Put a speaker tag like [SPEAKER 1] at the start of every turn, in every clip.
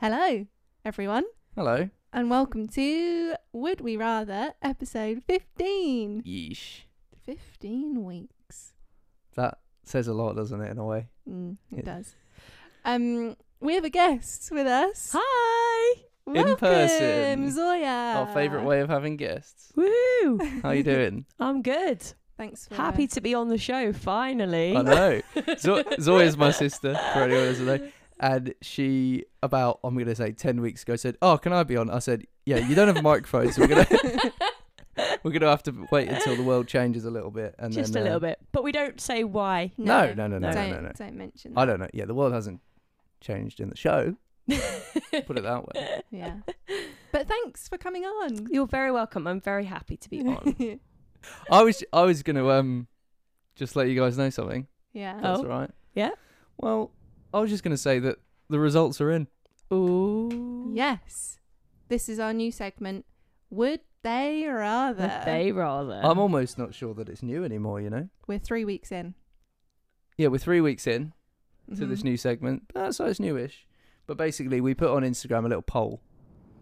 [SPEAKER 1] Hello, everyone,
[SPEAKER 2] Hello.
[SPEAKER 1] and welcome to Would We Rather episode 15.
[SPEAKER 2] Yeesh.
[SPEAKER 1] 15 weeks.
[SPEAKER 2] That says a lot, doesn't it, in a way?
[SPEAKER 1] Mm, it
[SPEAKER 2] Yeah.
[SPEAKER 1] does. Um, we have a guest with us.
[SPEAKER 2] Hi.
[SPEAKER 1] Welcome,
[SPEAKER 2] in person.
[SPEAKER 3] Uh.
[SPEAKER 1] Zoya.
[SPEAKER 2] Our favourite way of having guests.
[SPEAKER 3] Woo!
[SPEAKER 2] How you doing?
[SPEAKER 3] I'm good.
[SPEAKER 1] Thanks for
[SPEAKER 3] Happy to be on the show finally.
[SPEAKER 2] I know. Zo- Zoya's my sister, for anyone who doesn't know. And she, about, I'm going to say 10 weeks ago, said, Oh, can I be on? I said, Yeah, you don't have a microphone, so we're going to. We're gonna have to wait until the world changes a little bit, and
[SPEAKER 3] Just
[SPEAKER 2] then,
[SPEAKER 3] a
[SPEAKER 2] uh,
[SPEAKER 3] little bit, but we don't say why.
[SPEAKER 2] No, no, no, no, no,
[SPEAKER 1] don't,
[SPEAKER 2] no, no.
[SPEAKER 1] Don't mention that.
[SPEAKER 2] I don't know. Yeah, the world hasn't changed in the show. Put it that way.
[SPEAKER 1] Yeah. But thanks for coming on.
[SPEAKER 3] You're very welcome. I'm very happy to be on.
[SPEAKER 2] I was, I was gonna um, just let you guys know something.
[SPEAKER 1] yeah.
[SPEAKER 2] That's
[SPEAKER 3] Oh.
[SPEAKER 2] all right.
[SPEAKER 3] Yeah.
[SPEAKER 2] Well, I was just going to say that the results are in.
[SPEAKER 3] Ooh.
[SPEAKER 1] Yes. This is our new segment. Would they
[SPEAKER 3] Would
[SPEAKER 1] rather?
[SPEAKER 3] they rather.
[SPEAKER 2] I'm almost not sure that it's new anymore, you know?
[SPEAKER 1] We're three weeks in.
[SPEAKER 2] Yeah, we're three weeks in to
[SPEAKER 1] Mhm.
[SPEAKER 2] this new segment. Uh, so it's newish. But basically, we put on Instagram a little poll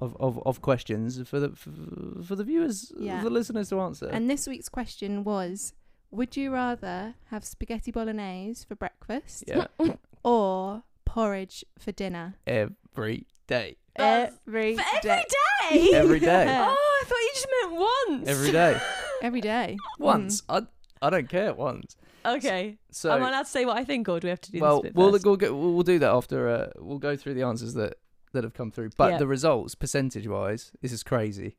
[SPEAKER 2] of, of, of questions for the for, for the viewers,
[SPEAKER 1] Yeah.
[SPEAKER 2] the listeners to answer.
[SPEAKER 1] And this week's question was Would you rather have spaghetti bolognese for breakfast
[SPEAKER 2] yeah,
[SPEAKER 1] or porridge for dinner?
[SPEAKER 2] every day.
[SPEAKER 3] That's-
[SPEAKER 1] every
[SPEAKER 3] For
[SPEAKER 1] day.
[SPEAKER 3] every day.
[SPEAKER 2] Every day.
[SPEAKER 1] Yeah.
[SPEAKER 3] Oh, I thought you just meant once.
[SPEAKER 2] Every day.
[SPEAKER 1] Every day.
[SPEAKER 2] Once. I, I don't care, once.
[SPEAKER 3] okay.
[SPEAKER 2] So,
[SPEAKER 3] Am I allowed to say what I think, or do we have to do
[SPEAKER 2] well,
[SPEAKER 3] this bit
[SPEAKER 2] we'll,
[SPEAKER 3] first?
[SPEAKER 2] we'll, go, we'll do that after. Uh, we'll go through the answers that, that have come through. But
[SPEAKER 3] Yeah.
[SPEAKER 2] the results, percentage wise, this is crazy.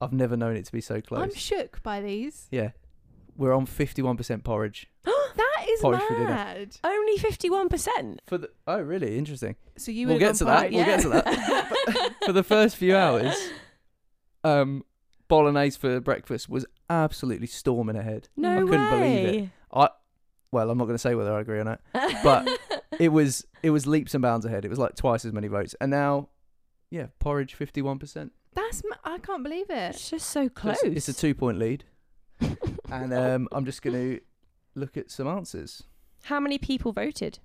[SPEAKER 2] I've never known it to be so close.
[SPEAKER 1] Hmm. I'm shook by these.
[SPEAKER 2] yeah. We're on 51% porridge.
[SPEAKER 1] That is
[SPEAKER 2] Porridge for dinner.
[SPEAKER 1] mad.
[SPEAKER 3] Only fifty-one percent.
[SPEAKER 2] For the Oh, really? Interesting.
[SPEAKER 1] So you
[SPEAKER 2] We'll
[SPEAKER 1] would have
[SPEAKER 2] get to
[SPEAKER 1] gone
[SPEAKER 2] that,
[SPEAKER 1] porridge.
[SPEAKER 2] we'll get to
[SPEAKER 3] that.
[SPEAKER 2] For the first few hours, um bolognese for breakfast was absolutely storming ahead.
[SPEAKER 3] No
[SPEAKER 2] I couldn't believe it.
[SPEAKER 3] way.
[SPEAKER 2] I Well, I'm not going to say whether I agree or not. But- It was it was leaps and bounds ahead. It was like twice as many votes. And now yeah, porridge 51%.
[SPEAKER 1] That's ma- I can't believe it.
[SPEAKER 3] it's just so
[SPEAKER 2] So
[SPEAKER 3] close.
[SPEAKER 2] it's- It's, a two-point lead. And um I'm just going to look at some answers.
[SPEAKER 3] How many people voted?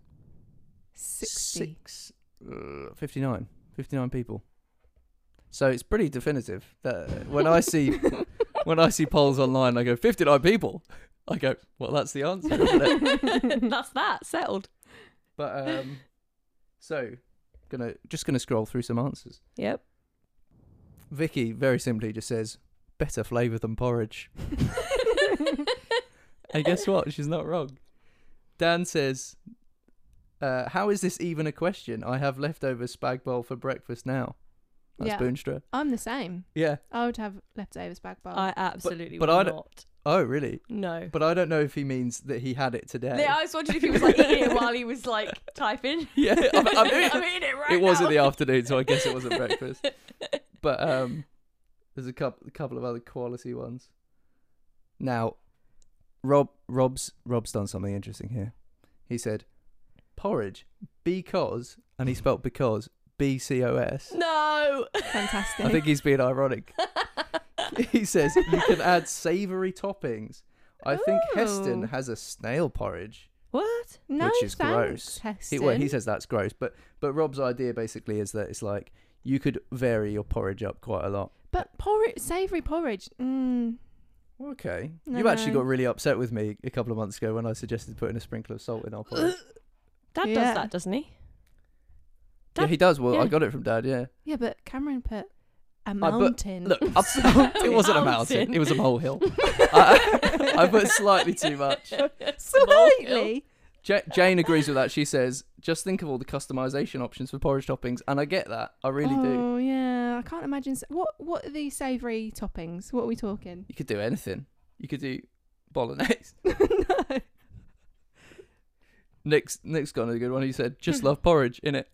[SPEAKER 1] 60.
[SPEAKER 2] Six, uh, 59. 59 people. So it's pretty definitive that uh, when I see when I see polls online, I go 59 people. I go, well, that's the answer, isn't it?
[SPEAKER 3] That's that settled.
[SPEAKER 2] But um, so gonna just gonna scroll through some answers.
[SPEAKER 3] Yep.
[SPEAKER 2] Vicky very simply just says better flavour than porridge, and guess what? She's not wrong. Dan says, uh, "How is this even a question? I have leftover spag bowl for breakfast now." That's
[SPEAKER 1] Yeah.
[SPEAKER 2] Boonstra.
[SPEAKER 1] I'm the same.
[SPEAKER 2] Yeah.
[SPEAKER 1] I would have leftovers back bar.
[SPEAKER 3] I absolutely
[SPEAKER 2] but
[SPEAKER 3] will
[SPEAKER 2] I don't-
[SPEAKER 3] not.
[SPEAKER 2] Oh, really?
[SPEAKER 3] No.
[SPEAKER 2] But I don't know if he means that he had it today.
[SPEAKER 3] Yeah, I was wondering if he was like eating it while he was like typing.
[SPEAKER 2] Yeah, I'm- I'm eating-
[SPEAKER 3] eating it right
[SPEAKER 2] it was in the
[SPEAKER 3] now.
[SPEAKER 2] afternoon, so I guess it wasn't breakfast. But um, there's a couple, a couple of other quality ones. Now, Rob, Rob's, Rob's done something interesting here. He said, "Porridge because," and he spelt because B C O S.
[SPEAKER 3] No.
[SPEAKER 1] Fantastic.
[SPEAKER 2] I think he's being ironic. he says you can add savoury toppings. I think Heston
[SPEAKER 1] Ooh.
[SPEAKER 2] has a snail porridge.
[SPEAKER 3] What?
[SPEAKER 1] no
[SPEAKER 2] which is
[SPEAKER 1] thanks,
[SPEAKER 2] gross. He, well, he
[SPEAKER 1] Heston.
[SPEAKER 2] says that's gross, but but Rob's idea basically is that it's like you could vary your porridge up quite a lot.
[SPEAKER 1] But porridge, savoury porridge. Mm,
[SPEAKER 2] Okay,
[SPEAKER 1] No,
[SPEAKER 2] you actually
[SPEAKER 1] no.
[SPEAKER 2] got really upset with me a couple of months ago when I suggested putting a sprinkle of salt in our porridge.
[SPEAKER 3] Dad
[SPEAKER 1] Yeah.
[SPEAKER 3] does that, doesn't he?
[SPEAKER 2] yeah, he does. Well, I
[SPEAKER 3] yeah.
[SPEAKER 2] got it from Dad. Yeah,
[SPEAKER 1] yeah, but Cameron put a
[SPEAKER 2] but
[SPEAKER 1] mountain.
[SPEAKER 2] look, I- it wasn't a mountain;
[SPEAKER 3] Mountain.
[SPEAKER 2] it was a molehill. I, I put slightly too much.
[SPEAKER 1] slightly.
[SPEAKER 2] Ja- Jane agrees with that. She says, "Just think of all the customization options for porridge toppings," and I get that. I really do.
[SPEAKER 1] Oh yeah, I can't imagine. sa- What what are these savoury toppings? What are we talking?
[SPEAKER 2] You could do anything. You could do bolognese.
[SPEAKER 1] no.
[SPEAKER 2] Nick's Nick's got a good one. He said, "Just love porridge in it."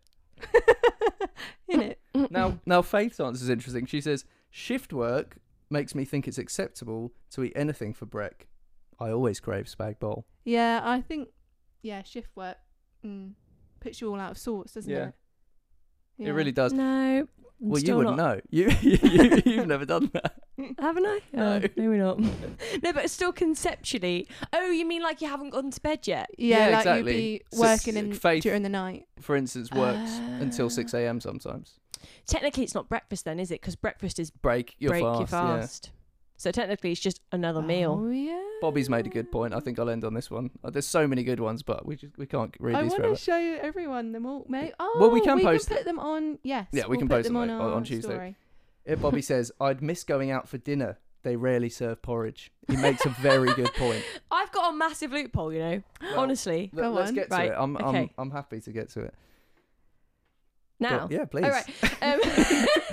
[SPEAKER 1] In it.
[SPEAKER 2] Now, now Faith's answer is interesting. She says, "Shift work makes me think it's acceptable to eat anything for brek. I always crave spag bowl."
[SPEAKER 1] Yeah, I think. Yeah, shift work mm, puts you all out of sorts, doesn't
[SPEAKER 2] Yeah.
[SPEAKER 1] it?
[SPEAKER 2] It really does.
[SPEAKER 3] No.
[SPEAKER 2] well, you wouldn't know. You, you you've never done that.
[SPEAKER 3] Haven't I?
[SPEAKER 2] No.
[SPEAKER 3] Oh, maybe not. no, but still conceptually. Oh, you mean like you haven't gone to bed yet?
[SPEAKER 1] Yeah,
[SPEAKER 2] Yeah,
[SPEAKER 1] like
[SPEAKER 2] exactly.
[SPEAKER 1] you'd be
[SPEAKER 2] So
[SPEAKER 1] working
[SPEAKER 2] s-
[SPEAKER 1] in
[SPEAKER 2] faith-
[SPEAKER 1] during the night.
[SPEAKER 2] For instance, works
[SPEAKER 3] Ah.
[SPEAKER 2] until six a.m. Sometimes
[SPEAKER 3] Technically, it's not breakfast then, is it? Because breakfast is
[SPEAKER 2] break your
[SPEAKER 3] break
[SPEAKER 2] fast.
[SPEAKER 3] your
[SPEAKER 2] yeah.
[SPEAKER 3] fast. So technically, it's just another meal.
[SPEAKER 1] Oh yeah.
[SPEAKER 2] Bobby's made a good point. I think I'll end on this one. Uh, There's so many good ones, but we just we can't read
[SPEAKER 1] I
[SPEAKER 2] these
[SPEAKER 1] want
[SPEAKER 2] forever.
[SPEAKER 1] to show everyone them all. Mate. Oh,
[SPEAKER 2] Well, we can post
[SPEAKER 1] put them on. Yes.
[SPEAKER 2] Yeah, we
[SPEAKER 1] we'll
[SPEAKER 2] can
[SPEAKER 1] put
[SPEAKER 2] post
[SPEAKER 1] them
[SPEAKER 2] them
[SPEAKER 1] on
[SPEAKER 2] on- on
[SPEAKER 1] our
[SPEAKER 2] Tuesday.
[SPEAKER 1] story.
[SPEAKER 2] Here Bobby says, "I'd miss going out for dinner. They rarely serve porridge." He makes a very good point.
[SPEAKER 3] I've got a massive loophole, you know.
[SPEAKER 2] Well,
[SPEAKER 3] Honestly,
[SPEAKER 2] Let,
[SPEAKER 1] Go
[SPEAKER 2] us
[SPEAKER 1] on.
[SPEAKER 2] get to
[SPEAKER 3] Right,
[SPEAKER 2] it. I'm, I'm
[SPEAKER 3] okay.
[SPEAKER 2] I'm happy to get to it. Go-
[SPEAKER 3] now.
[SPEAKER 2] yeah, please.
[SPEAKER 3] All right. Um,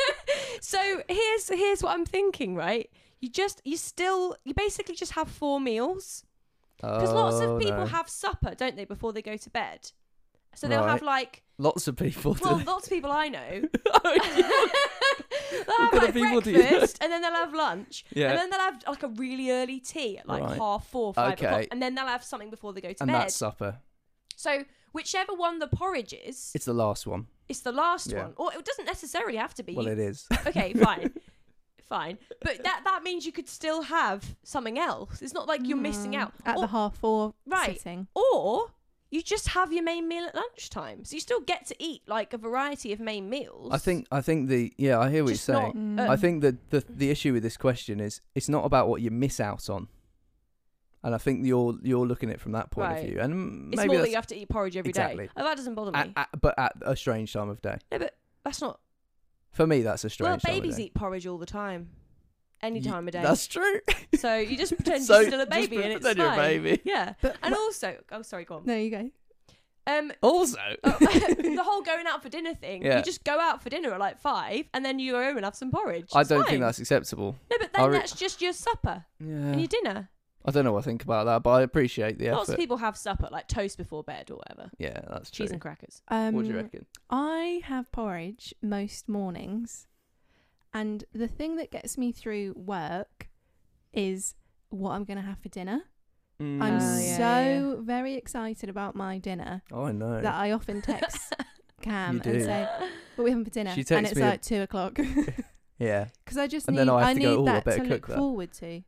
[SPEAKER 3] so here's here's what I'm thinking. Right, you just you still you basically just have four meals because lots
[SPEAKER 2] Oh,
[SPEAKER 3] of people
[SPEAKER 2] no.
[SPEAKER 3] have supper, don't they, before they go to bed. So they'll have
[SPEAKER 2] Right.
[SPEAKER 3] like
[SPEAKER 2] lots of people. do
[SPEAKER 3] well,
[SPEAKER 2] that.
[SPEAKER 3] lots of people I know. they'll
[SPEAKER 2] What
[SPEAKER 3] have
[SPEAKER 2] kind
[SPEAKER 3] like
[SPEAKER 2] of people
[SPEAKER 3] breakfast,
[SPEAKER 2] do you know?
[SPEAKER 3] and then they'll have lunch,
[SPEAKER 2] yeah,
[SPEAKER 3] and then they'll have like a really early tea at like
[SPEAKER 2] Right.
[SPEAKER 3] half four, five o'clock,
[SPEAKER 2] Okay.
[SPEAKER 3] and then they'll have something before they go to
[SPEAKER 2] and
[SPEAKER 3] bed.
[SPEAKER 2] that's supper.
[SPEAKER 3] So whichever one the porridge is,
[SPEAKER 2] It's the last one.
[SPEAKER 3] it's the last
[SPEAKER 2] Yeah.
[SPEAKER 3] one, or it doesn't necessarily have to be.
[SPEAKER 2] Well, it is.
[SPEAKER 3] okay, fine, fine, but that that means you could still have something else. It's not like you're missing
[SPEAKER 1] Mm,
[SPEAKER 3] out.
[SPEAKER 1] at
[SPEAKER 3] or,
[SPEAKER 1] the half four
[SPEAKER 3] Right.
[SPEAKER 1] sitting.
[SPEAKER 3] or you just have your main meal at lunchtime, so you still get to eat like a variety of main meals.
[SPEAKER 2] I think I think the yeah I hear what
[SPEAKER 3] Just
[SPEAKER 2] you're
[SPEAKER 3] not-
[SPEAKER 2] saying.
[SPEAKER 1] Mm.
[SPEAKER 3] uh,
[SPEAKER 2] I think that the the issue with this question is it's not about what you miss out on, and I think you're you're looking at it from that point
[SPEAKER 3] Right.
[SPEAKER 2] of view, and m-
[SPEAKER 3] It's
[SPEAKER 2] maybe
[SPEAKER 3] more that you
[SPEAKER 2] that's
[SPEAKER 3] have to eat porridge every day.
[SPEAKER 2] Exactly.
[SPEAKER 3] Oh, that doesn't bother me.
[SPEAKER 2] at, at- but at a strange time of day.
[SPEAKER 3] no, but that's not.
[SPEAKER 2] For me, that's a strange.
[SPEAKER 3] Well,
[SPEAKER 2] time of
[SPEAKER 3] babies
[SPEAKER 2] day.
[SPEAKER 3] eat porridge all the time, any
[SPEAKER 2] Ye-
[SPEAKER 3] time of day.
[SPEAKER 2] That's true.
[SPEAKER 3] So you just pretend
[SPEAKER 2] So
[SPEAKER 3] you're still a
[SPEAKER 2] just
[SPEAKER 3] baby, and it's fine.
[SPEAKER 2] pretend you're a baby.
[SPEAKER 3] Yeah,
[SPEAKER 1] But
[SPEAKER 3] and
[SPEAKER 1] wha-
[SPEAKER 3] also, oh, sorry, go on.
[SPEAKER 1] no, you go.
[SPEAKER 3] Um,
[SPEAKER 2] Also,
[SPEAKER 3] oh, the whole going out for dinner thing.
[SPEAKER 2] Yeah.
[SPEAKER 3] You just go out for dinner at like five, and then you go home and have some porridge.
[SPEAKER 2] I
[SPEAKER 3] It's
[SPEAKER 2] don't
[SPEAKER 3] fine.
[SPEAKER 2] think that's acceptable.
[SPEAKER 3] No, but
[SPEAKER 2] I
[SPEAKER 3] then
[SPEAKER 2] re-
[SPEAKER 3] that's just your supper
[SPEAKER 2] Yeah,
[SPEAKER 3] and your dinner.
[SPEAKER 2] I don't know what I think about that, but I appreciate the
[SPEAKER 3] Lots of
[SPEAKER 2] effort.
[SPEAKER 3] people have supper, like toast before bed or whatever,
[SPEAKER 2] Yeah, that's true.
[SPEAKER 3] cheese and crackers.
[SPEAKER 1] Um,
[SPEAKER 2] what do you reckon?
[SPEAKER 1] I have porridge most mornings, and the thing that gets me through work is what I'm going to have for dinner. I'm
[SPEAKER 2] Mm.
[SPEAKER 3] Oh,
[SPEAKER 2] Ah,
[SPEAKER 1] so
[SPEAKER 3] yeah, yeah.
[SPEAKER 1] very excited about my dinner
[SPEAKER 2] Oh, I know.
[SPEAKER 1] that I often text Cam
[SPEAKER 2] You
[SPEAKER 1] and
[SPEAKER 2] do.
[SPEAKER 1] say, "What are we having for dinner?"
[SPEAKER 2] She
[SPEAKER 1] and
[SPEAKER 2] texts
[SPEAKER 1] it's
[SPEAKER 2] me a-
[SPEAKER 1] like two o'clock because
[SPEAKER 2] yeah,
[SPEAKER 1] I just
[SPEAKER 2] And
[SPEAKER 1] need
[SPEAKER 2] then I have
[SPEAKER 1] I
[SPEAKER 2] to
[SPEAKER 1] need
[SPEAKER 2] go, "Ooh, I
[SPEAKER 1] that
[SPEAKER 2] better
[SPEAKER 1] to look
[SPEAKER 2] cook that."
[SPEAKER 1] forward to.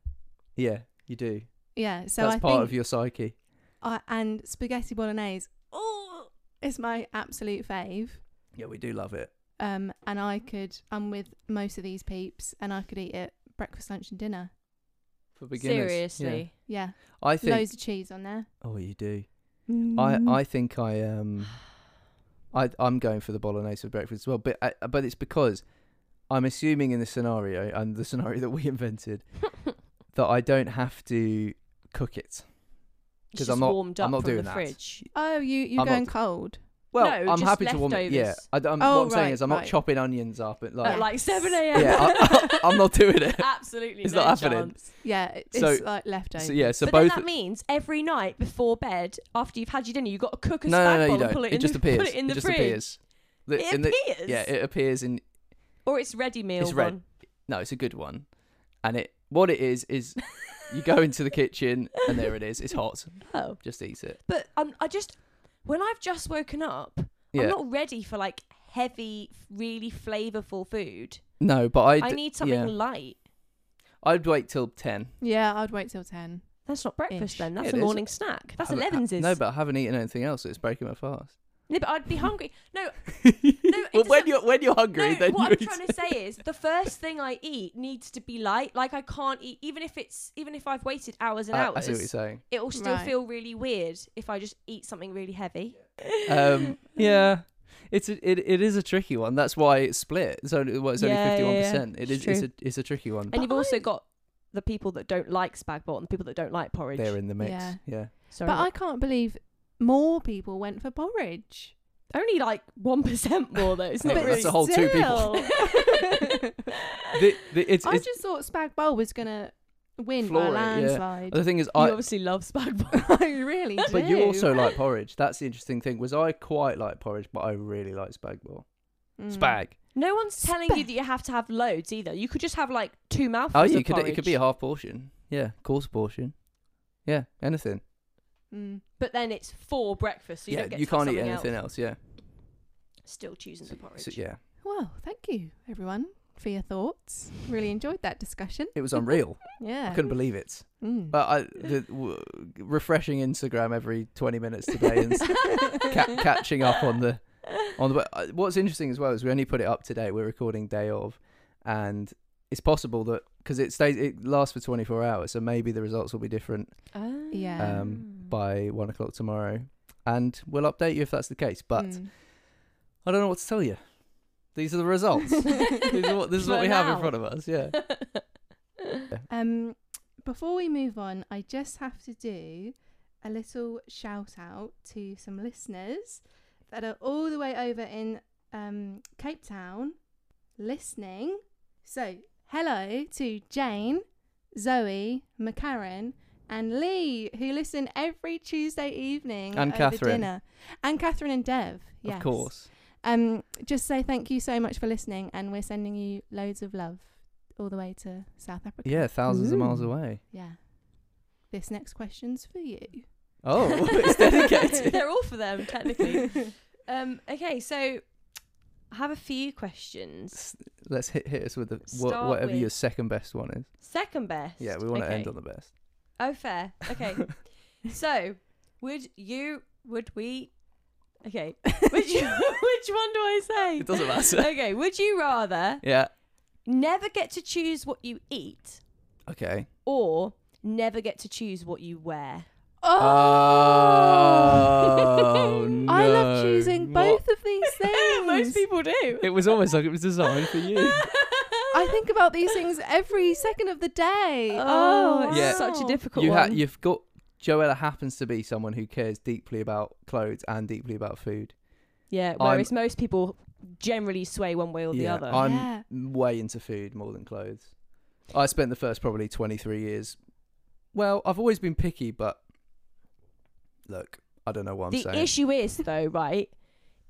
[SPEAKER 2] yeah, you do.
[SPEAKER 1] Yeah, so
[SPEAKER 2] that's
[SPEAKER 1] I
[SPEAKER 2] part
[SPEAKER 1] think
[SPEAKER 2] of your psyche.
[SPEAKER 1] I, and spaghetti bolognese
[SPEAKER 3] Oh,
[SPEAKER 1] is my absolute fave.
[SPEAKER 2] Yeah, we do love it.
[SPEAKER 1] Um, and I could I'm with most of these peeps, and I could eat it breakfast, lunch, and dinner.
[SPEAKER 2] For beginners. yeah.
[SPEAKER 3] seriously.
[SPEAKER 1] Yeah,
[SPEAKER 2] I think.
[SPEAKER 1] loads of cheese on there.
[SPEAKER 2] Oh, you do.
[SPEAKER 3] Mm-hmm.
[SPEAKER 1] Mm.
[SPEAKER 2] I I think I um, I I'm going for the bolognese for breakfast as well. But I, but it's because I'm assuming in the scenario and the scenario that we invented that I don't have to cook it.
[SPEAKER 3] It's
[SPEAKER 2] 'Cause
[SPEAKER 3] just
[SPEAKER 2] I'm not-
[SPEAKER 3] warmed up
[SPEAKER 2] I'm not
[SPEAKER 3] from
[SPEAKER 2] doing
[SPEAKER 3] the
[SPEAKER 2] that.
[SPEAKER 3] fridge.
[SPEAKER 1] Oh, you you're
[SPEAKER 2] I'm not-
[SPEAKER 1] going cold.
[SPEAKER 2] Well,
[SPEAKER 3] No,
[SPEAKER 2] I'm
[SPEAKER 3] just
[SPEAKER 2] happy to warm it. Yeah,
[SPEAKER 3] leftovers.
[SPEAKER 2] I, don't- I'm,
[SPEAKER 1] Oh,
[SPEAKER 2] what I'm saying
[SPEAKER 1] right,
[SPEAKER 2] is I'm not
[SPEAKER 1] right.
[SPEAKER 2] chopping onions up at like.
[SPEAKER 3] At like seven a.m.
[SPEAKER 2] yeah, I, I'm not doing it.
[SPEAKER 3] Absolutely,
[SPEAKER 2] It's
[SPEAKER 3] no
[SPEAKER 2] not happening.
[SPEAKER 3] chance.
[SPEAKER 1] Yeah, it- it's
[SPEAKER 2] So-
[SPEAKER 1] like leftover.
[SPEAKER 2] So, yeah, so
[SPEAKER 3] but then
[SPEAKER 2] both
[SPEAKER 3] that means every night before bed, after you've had your dinner, you've got to cook a
[SPEAKER 2] no,
[SPEAKER 3] spag
[SPEAKER 2] no, no,
[SPEAKER 3] bol
[SPEAKER 2] you
[SPEAKER 3] and pull
[SPEAKER 2] don't.
[SPEAKER 3] it,
[SPEAKER 2] It
[SPEAKER 3] in
[SPEAKER 2] just
[SPEAKER 3] the,
[SPEAKER 2] appears.
[SPEAKER 3] Put it in the
[SPEAKER 2] just
[SPEAKER 3] fridge.
[SPEAKER 2] appears. The-
[SPEAKER 3] It
[SPEAKER 2] in the-
[SPEAKER 3] appears.
[SPEAKER 2] yeah, it appears in.
[SPEAKER 3] Or it's ready meal.
[SPEAKER 2] It's red-
[SPEAKER 3] one.
[SPEAKER 2] No, it's a good one, and it what it is is you go into the kitchen and there it is. It's hot.
[SPEAKER 3] Oh,
[SPEAKER 2] Just eat it.
[SPEAKER 3] but um, I just when I've just woken up,
[SPEAKER 2] Yeah.
[SPEAKER 3] I'm not ready for like heavy, really flavorful food.
[SPEAKER 2] no, but I'd,
[SPEAKER 3] I
[SPEAKER 2] I
[SPEAKER 3] need something
[SPEAKER 2] yeah.
[SPEAKER 3] light.
[SPEAKER 2] would wait till ten.
[SPEAKER 1] Yeah, I'd wait till ten.
[SPEAKER 3] That's not breakfast
[SPEAKER 1] Ish.
[SPEAKER 3] then.
[SPEAKER 2] Yeah,
[SPEAKER 3] That's
[SPEAKER 2] it
[SPEAKER 3] a
[SPEAKER 2] is.
[SPEAKER 3] morning snack. That's
[SPEAKER 2] Have- ha-
[SPEAKER 3] eleven's.
[SPEAKER 2] No, but I haven't eaten anything else. So it's breaking my fast.
[SPEAKER 3] no, but I'd be hungry. No,
[SPEAKER 2] well,
[SPEAKER 3] doesn't-
[SPEAKER 2] when you're when you're hungry,
[SPEAKER 3] no,
[SPEAKER 2] then
[SPEAKER 3] what
[SPEAKER 2] you
[SPEAKER 3] I'm
[SPEAKER 2] eat
[SPEAKER 3] trying to say is the first thing I eat needs to be light. Like I can't eat even if it's even if I've waited hours and
[SPEAKER 2] I, Ah, I
[SPEAKER 3] hours.
[SPEAKER 2] see what you're saying.
[SPEAKER 3] it will still
[SPEAKER 1] Right.
[SPEAKER 3] feel really weird if I just eat something really heavy.
[SPEAKER 2] Um, yeah, it's a, it it is a tricky one. That's why it's split. It's only well, it's only
[SPEAKER 3] Yeah, yeah,
[SPEAKER 2] fifty one
[SPEAKER 3] yeah.
[SPEAKER 2] percent. It
[SPEAKER 3] It's
[SPEAKER 2] is it's a it's a tricky one.
[SPEAKER 3] And you've
[SPEAKER 1] But
[SPEAKER 3] also
[SPEAKER 1] I-
[SPEAKER 3] got the people that don't like spag bol and the people that don't like porridge.
[SPEAKER 2] They're in the mix. Yeah.
[SPEAKER 1] Yeah.
[SPEAKER 3] Sorry,
[SPEAKER 1] But I can't believe more people went for porridge.
[SPEAKER 3] only like one percent more though. It's
[SPEAKER 2] Hey,
[SPEAKER 3] not
[SPEAKER 2] that's
[SPEAKER 3] really.
[SPEAKER 2] a whole two people. The, the, it's,
[SPEAKER 1] I
[SPEAKER 2] it's,
[SPEAKER 1] just thought spag bowl was gonna win by
[SPEAKER 2] Floor
[SPEAKER 1] a
[SPEAKER 2] it, yeah.
[SPEAKER 1] landslide.
[SPEAKER 2] the thing is,
[SPEAKER 3] you
[SPEAKER 2] I
[SPEAKER 3] obviously love spag
[SPEAKER 1] I really do.
[SPEAKER 2] But you also like porridge. That's the interesting thing. Was I quite like porridge, but I really like spag bol.
[SPEAKER 1] Mm.
[SPEAKER 2] Spag.
[SPEAKER 3] No one's telling you
[SPEAKER 1] Spag.
[SPEAKER 3] that you have to have loads either. You could just have like two mouthfuls.
[SPEAKER 2] Oh, yeah,
[SPEAKER 3] of
[SPEAKER 2] you could it could be a
[SPEAKER 3] porridge.
[SPEAKER 2] half portion. Yeah, course portion. Yeah, anything.
[SPEAKER 1] Mm.
[SPEAKER 3] But then it's for breakfast, so you
[SPEAKER 2] yeah,
[SPEAKER 3] don't get
[SPEAKER 2] you
[SPEAKER 3] to have
[SPEAKER 2] can't eat
[SPEAKER 3] something
[SPEAKER 2] anything else.
[SPEAKER 3] else.
[SPEAKER 2] Yeah.
[SPEAKER 3] Still choosing the porridge.
[SPEAKER 2] So, yeah.
[SPEAKER 1] Well, thank you, everyone, for your thoughts. Really enjoyed that discussion.
[SPEAKER 2] It was unreal. I
[SPEAKER 1] Yeah.
[SPEAKER 2] couldn't believe it.
[SPEAKER 1] Mm.
[SPEAKER 2] But I, the, w- refreshing Instagram every 20 minutes today and s- ca- catching up on the on the. uh, What's interesting as well is we only put it up today. We're recording day of, and it's possible that because it stays, it lasts for 24 hours, so maybe the results will be different
[SPEAKER 1] Yeah.
[SPEAKER 2] um, by one o'clock tomorrow, and we'll update you if that's the case. But
[SPEAKER 1] Mm.
[SPEAKER 2] I don't know what to tell you. These are the results. these are what, this is what we have in front of us. Yeah.
[SPEAKER 1] Um, before we move on, I just have to do a little shout out to some listeners that are all the way over in um, Cape Town listening. So, hello to Jane, Zoe, McCarran, and Lee, who listen every Tuesday evening
[SPEAKER 2] And
[SPEAKER 1] over
[SPEAKER 2] Catherine.
[SPEAKER 1] dinner, and Catherine and Dev. Yes.
[SPEAKER 2] Of course.
[SPEAKER 1] Um, just say thank you so much for listening, and we're sending you loads of love all the way to South Africa.
[SPEAKER 2] Yeah, thousands of miles
[SPEAKER 3] Ooh.
[SPEAKER 2] away.
[SPEAKER 1] Yeah. This next question's for you.
[SPEAKER 2] Oh, it's dedicated.
[SPEAKER 3] They're all for them, technically. um, okay, so I have a few questions.
[SPEAKER 2] S- Let's hit hit us with the
[SPEAKER 3] Start
[SPEAKER 2] wha- whatever
[SPEAKER 3] with-
[SPEAKER 2] your second best one is.
[SPEAKER 3] Second best.
[SPEAKER 2] Yeah, we want to end
[SPEAKER 3] Okay.
[SPEAKER 2] on the best.
[SPEAKER 3] Oh, fair. Okay. so, would you? Would we? Okay. Would you? which one do I say?
[SPEAKER 2] It doesn't matter.
[SPEAKER 3] Okay. Would you rather
[SPEAKER 2] Yeah.
[SPEAKER 3] never get to choose what you eat,
[SPEAKER 2] Okay.
[SPEAKER 3] or never get to choose what you wear?
[SPEAKER 2] Ah, Oh,
[SPEAKER 1] I love
[SPEAKER 2] no.
[SPEAKER 1] choosing
[SPEAKER 2] What?
[SPEAKER 1] both of these things.
[SPEAKER 3] Most people do.
[SPEAKER 2] It was almost like it was designed for you.
[SPEAKER 1] I think about these things every second of the day.
[SPEAKER 3] Oh, it's
[SPEAKER 2] Yeah.
[SPEAKER 3] such a difficult
[SPEAKER 2] you ha-
[SPEAKER 3] one.
[SPEAKER 2] you've got Joella happens to be someone who cares deeply about clothes and deeply about food.
[SPEAKER 3] yeah. Whereas most people generally sway one way or the
[SPEAKER 2] yeah,
[SPEAKER 3] other.
[SPEAKER 2] I'm
[SPEAKER 1] Yeah.
[SPEAKER 2] way into food more than clothes. I spent the first probably 23 years. Well, I've always been picky, but look, I don't know what I'm
[SPEAKER 3] the
[SPEAKER 2] saying.
[SPEAKER 3] issue is though, right?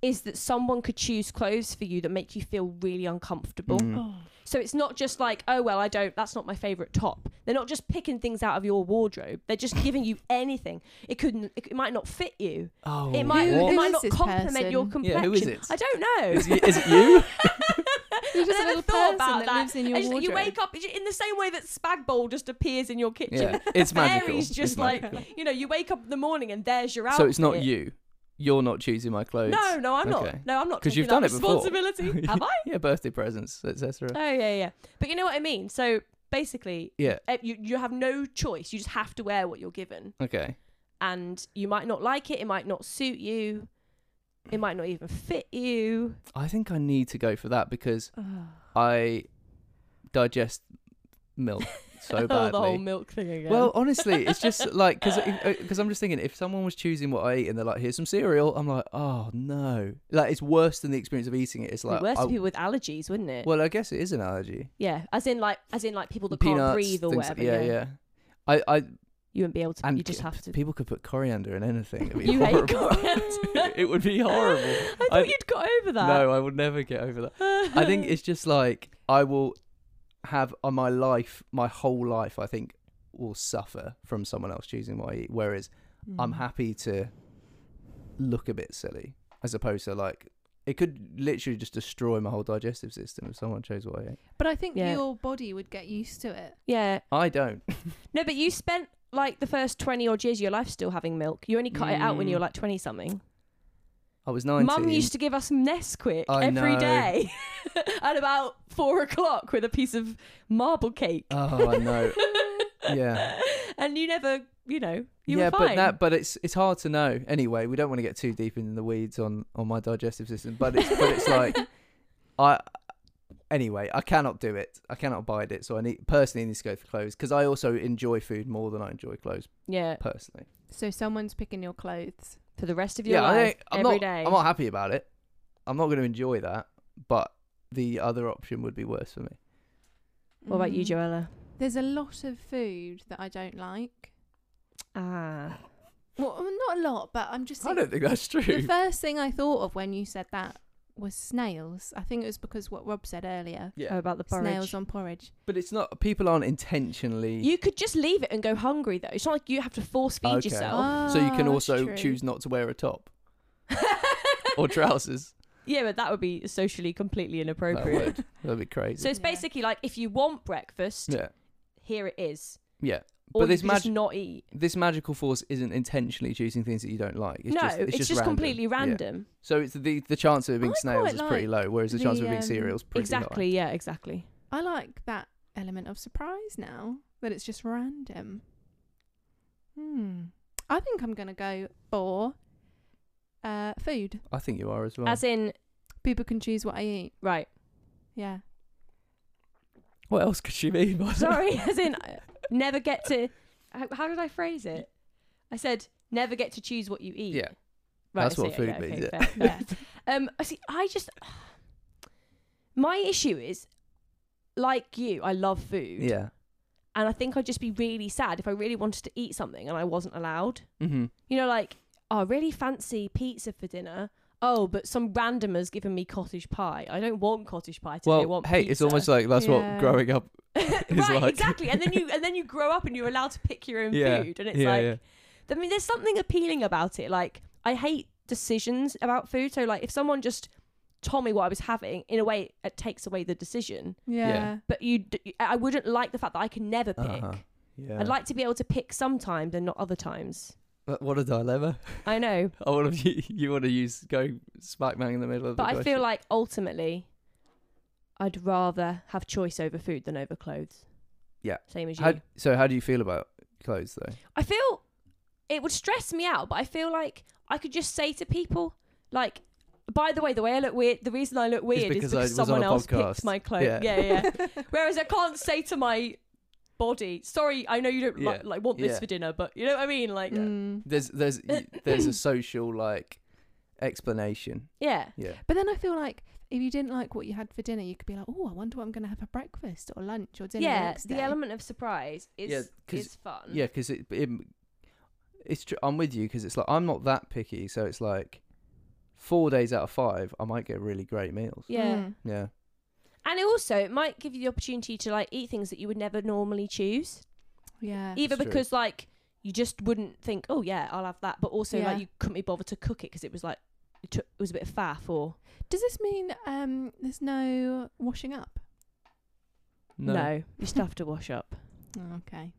[SPEAKER 3] Is that someone could choose clothes for you that make you feel really uncomfortable.
[SPEAKER 2] Mm.
[SPEAKER 3] So it's not just like, oh well, I don't. That's not my favorite top. They're not just picking things out of your wardrobe. They're just giving you anything. It couldn't. It, might not fit you.
[SPEAKER 2] Oh,
[SPEAKER 3] It might.
[SPEAKER 1] Who-
[SPEAKER 3] It
[SPEAKER 1] who
[SPEAKER 3] might
[SPEAKER 1] is
[SPEAKER 3] not
[SPEAKER 1] this
[SPEAKER 3] complement
[SPEAKER 1] person?
[SPEAKER 3] your
[SPEAKER 2] Yeah,
[SPEAKER 3] complexion.
[SPEAKER 2] who is it?
[SPEAKER 3] I don't know.
[SPEAKER 2] Is it- is it you?
[SPEAKER 1] You're just
[SPEAKER 3] I
[SPEAKER 1] a
[SPEAKER 3] never
[SPEAKER 1] little
[SPEAKER 3] thought
[SPEAKER 1] person
[SPEAKER 3] about
[SPEAKER 1] that,
[SPEAKER 3] that.
[SPEAKER 1] lives in your
[SPEAKER 3] I just-
[SPEAKER 1] wardrobe.
[SPEAKER 3] you wake up it's in the same way that spag bowl just appears in your kitchen.
[SPEAKER 2] Yeah, it's magical.
[SPEAKER 3] Fairies
[SPEAKER 2] It's
[SPEAKER 3] just like
[SPEAKER 2] magical.
[SPEAKER 3] you know, you wake up in the morning and there's your outfit.
[SPEAKER 2] So it's not you. You're not choosing my clothes.
[SPEAKER 3] No, no, I'm
[SPEAKER 2] Okay.
[SPEAKER 3] not. No, I'm not.
[SPEAKER 2] 'Cause
[SPEAKER 3] Because
[SPEAKER 2] you've done it before.
[SPEAKER 3] Responsibility. Have I?
[SPEAKER 2] Yeah, birthday presents, etc.
[SPEAKER 3] Oh yeah, yeah. But you know what I mean. So basically,
[SPEAKER 2] Yeah.
[SPEAKER 3] eh, you you have no choice. You just have to wear what you're given,
[SPEAKER 2] Okay.
[SPEAKER 3] and you might not like it. It might not suit you. It might not even fit you.
[SPEAKER 2] I think I need to go for that because I digest milk so
[SPEAKER 3] oh, the whole
[SPEAKER 2] badly.
[SPEAKER 3] milk thing again.
[SPEAKER 2] Well, honestly, it's just like because because I'm just thinking if someone was choosing what I eat and they're like, "Here's some cereal," I'm like, "Oh no!" Like it's worse than the experience of eating it. It's
[SPEAKER 3] It'd
[SPEAKER 2] like,
[SPEAKER 3] be worse
[SPEAKER 2] I-
[SPEAKER 3] for people with allergies, wouldn't it?
[SPEAKER 2] well, I guess it is an allergy.
[SPEAKER 3] yeah, as in like, as in like people that can't
[SPEAKER 2] Peanuts,
[SPEAKER 3] breathe or
[SPEAKER 2] things-
[SPEAKER 3] whatever.
[SPEAKER 2] yeah, yeah. I, I,
[SPEAKER 3] You wouldn't be able to.
[SPEAKER 2] and
[SPEAKER 3] you just
[SPEAKER 2] c-
[SPEAKER 3] have to.
[SPEAKER 2] People could put coriander in anything. It'd be
[SPEAKER 3] You hate
[SPEAKER 2] horrible.
[SPEAKER 3] coriander.
[SPEAKER 2] it would be horrible.
[SPEAKER 3] I thought
[SPEAKER 2] I-
[SPEAKER 3] you'd got over that.
[SPEAKER 2] No, I would never get over that. I think it's just like I will have on my life, my whole life. I think will suffer from someone else choosing what I eat. Whereas
[SPEAKER 3] Mm.
[SPEAKER 2] I'm happy to look a bit silly, as opposed to like it could literally just destroy my whole digestive system if someone chose what I ate.
[SPEAKER 1] but I think
[SPEAKER 3] Yeah.
[SPEAKER 1] your body would get used to it.
[SPEAKER 3] Yeah.
[SPEAKER 2] I don't.
[SPEAKER 3] No, but you spent like the first 20 odd years of your life still having milk. You only cut it out when you were like 20 something.
[SPEAKER 2] I was nineteen.
[SPEAKER 3] Mum used to give us Nesquik
[SPEAKER 2] I
[SPEAKER 3] every
[SPEAKER 2] know.
[SPEAKER 3] day at about four o'clock with a piece of marble cake.
[SPEAKER 2] Oh, I know. Yeah.
[SPEAKER 3] And you never, you know, you
[SPEAKER 2] yeah,
[SPEAKER 3] were fine.
[SPEAKER 2] but that, but it's it's hard to know. Anyway, we don't want to get too deep in the weeds on on my digestive system, but it's but it's like I anyway, I cannot do it. I cannot abide it. So I need personally need to go for clothes because I also enjoy food more than I enjoy clothes
[SPEAKER 3] yeah,
[SPEAKER 2] personally.
[SPEAKER 1] So someone's picking your clothes.
[SPEAKER 3] for the rest of your
[SPEAKER 2] yeah, I
[SPEAKER 3] life,
[SPEAKER 2] don't, I'm
[SPEAKER 3] every
[SPEAKER 2] not
[SPEAKER 3] day.
[SPEAKER 2] I'm not happy about it. I'm not going to enjoy that, but the other option would be worse for me.
[SPEAKER 3] What about you,
[SPEAKER 1] Mm.
[SPEAKER 3] Joella?
[SPEAKER 1] There's a lot of food that I don't like.
[SPEAKER 3] Ah.
[SPEAKER 1] Well, not a lot, but I'm just.
[SPEAKER 2] I don't think that's
[SPEAKER 1] the
[SPEAKER 2] true.
[SPEAKER 1] first thing I thought of when you said that was snails. I think it was because what Rob said earlier.
[SPEAKER 2] Yeah.
[SPEAKER 3] Oh, about the porridge.
[SPEAKER 1] Snails on porridge.
[SPEAKER 2] But it's not people aren't intentionally
[SPEAKER 3] You could just leave it and go hungry, though. It's not like you have to force feed
[SPEAKER 2] Okay.
[SPEAKER 3] yourself.
[SPEAKER 2] Oh, so you
[SPEAKER 1] Ah,
[SPEAKER 2] can
[SPEAKER 1] that's
[SPEAKER 2] also
[SPEAKER 1] true.
[SPEAKER 2] choose not to wear a top or trousers.
[SPEAKER 3] Yeah, but that would be socially completely
[SPEAKER 2] That
[SPEAKER 3] inappropriate.
[SPEAKER 2] would. That'd be crazy.
[SPEAKER 3] So it's
[SPEAKER 1] Yeah.
[SPEAKER 3] basically like if you want breakfast,
[SPEAKER 2] yeah.
[SPEAKER 3] here it is.
[SPEAKER 2] Yeah. But
[SPEAKER 3] Or you
[SPEAKER 2] this
[SPEAKER 3] can just
[SPEAKER 2] mag-
[SPEAKER 3] not eat.
[SPEAKER 2] This magical force isn't intentionally choosing things that you don't like. It's
[SPEAKER 3] no,
[SPEAKER 2] just, it's, just, random.
[SPEAKER 3] completely
[SPEAKER 2] Yeah.
[SPEAKER 3] random.
[SPEAKER 2] So it's the the chance of it being
[SPEAKER 3] I
[SPEAKER 2] snails
[SPEAKER 3] quite
[SPEAKER 2] is pretty low, whereas the, chance of it
[SPEAKER 1] the,
[SPEAKER 2] being
[SPEAKER 1] um,
[SPEAKER 2] cereals pretty
[SPEAKER 3] exactly, yeah, exactly.
[SPEAKER 1] I like that element of surprise now that it's just random. Hmm. I think I'm gonna go for uh food.
[SPEAKER 2] high. I think you are as well.
[SPEAKER 3] As in,
[SPEAKER 1] People can choose what I eat.
[SPEAKER 3] right.
[SPEAKER 1] Yeah.
[SPEAKER 2] what else could she be? by the
[SPEAKER 3] Sorry,
[SPEAKER 2] way?
[SPEAKER 3] as in, I never get to. How, how did I phrase it? I said, never get to choose what you eat.
[SPEAKER 2] Yeah.
[SPEAKER 3] Right,
[SPEAKER 2] That's
[SPEAKER 3] I
[SPEAKER 2] what
[SPEAKER 3] see,
[SPEAKER 2] food
[SPEAKER 3] okay,
[SPEAKER 2] means,
[SPEAKER 3] okay,
[SPEAKER 2] yeah.
[SPEAKER 3] fair, fair. Um, I see. I just my issue is like you. I love food,
[SPEAKER 2] Yeah.
[SPEAKER 3] and I think I'd just be really sad if I really wanted to eat something and I wasn't allowed.
[SPEAKER 2] Mm-hmm.
[SPEAKER 3] You know, like oh, I really fancy pizza for dinner. Oh, but some random has given me cottage pie. I don't want cottage pie today. I
[SPEAKER 2] Well,
[SPEAKER 3] want
[SPEAKER 2] hey, it's
[SPEAKER 3] pizza.
[SPEAKER 2] almost like that's
[SPEAKER 1] Yeah.
[SPEAKER 2] what growing up. is
[SPEAKER 3] right,
[SPEAKER 2] like.
[SPEAKER 3] exactly. And then you and then you grow up and you're allowed to pick your own
[SPEAKER 2] Yeah,
[SPEAKER 3] food, and it's
[SPEAKER 2] yeah,
[SPEAKER 3] like,
[SPEAKER 2] yeah.
[SPEAKER 3] I mean, there's something appealing about it. Like, I hate decisions about food. So, like, if someone just told me what I was having, in a way, it takes away the decision.
[SPEAKER 1] Yeah.
[SPEAKER 3] But you, d- I wouldn't like the fact that I can never pick.
[SPEAKER 2] Uh-huh. Yeah.
[SPEAKER 3] I'd like to be able to pick sometimes and not other times.
[SPEAKER 2] But What a dilemma!
[SPEAKER 3] I know,
[SPEAKER 2] I want to. You want to use go smack bang in the middle of the.
[SPEAKER 3] but I
[SPEAKER 2] question.
[SPEAKER 3] feel like ultimately, I'd rather have choice over food than over clothes.
[SPEAKER 2] Yeah.
[SPEAKER 3] Same as you.
[SPEAKER 2] How, so how do you feel about clothes though?
[SPEAKER 3] I feel it would stress me out, but I feel like I could just say to people, like, by the way, the way I look weird, the reason I look weird
[SPEAKER 2] because I
[SPEAKER 3] is because
[SPEAKER 2] was on
[SPEAKER 3] someone
[SPEAKER 2] a
[SPEAKER 3] else
[SPEAKER 2] podcast.
[SPEAKER 3] picked my clothes.
[SPEAKER 2] Yeah.
[SPEAKER 3] Yeah, yeah. Whereas I can't say to my body, sorry, I know you don't
[SPEAKER 2] Yeah.
[SPEAKER 3] li- like want this
[SPEAKER 2] Yeah.
[SPEAKER 3] for dinner, but you know what I mean? Like,
[SPEAKER 1] Mm.
[SPEAKER 2] There's there's y- there's a social like explanation.
[SPEAKER 3] yeah.
[SPEAKER 2] Yeah.
[SPEAKER 1] But then I feel like if you didn't like what you had for dinner, you could be like, "Oh, I wonder what I'm going to have for breakfast or lunch or dinner." the,
[SPEAKER 3] yeah,
[SPEAKER 1] next
[SPEAKER 3] the
[SPEAKER 1] day."
[SPEAKER 3] element of surprise is
[SPEAKER 2] Yeah, 'cause-
[SPEAKER 3] is fun.
[SPEAKER 2] Yeah, because it, it it's tr- I'm with you because it's like I'm not that picky, so it's like four days out of five I might get really great meals.
[SPEAKER 3] yeah.
[SPEAKER 1] Mm.
[SPEAKER 2] Yeah.
[SPEAKER 3] And it also, it might give you the opportunity to like eat things that you would never normally choose.
[SPEAKER 1] Yeah.
[SPEAKER 3] either
[SPEAKER 2] That's true.
[SPEAKER 3] because like you just wouldn't think, oh yeah, I'll have that, but also
[SPEAKER 1] Yeah.
[SPEAKER 3] like you couldn't be bothered to cook it because it was like it, took, it was a bit of faff or
[SPEAKER 1] Does this mean um there's no washing up?
[SPEAKER 3] no. you still have to wash up.
[SPEAKER 1] Oh, okay.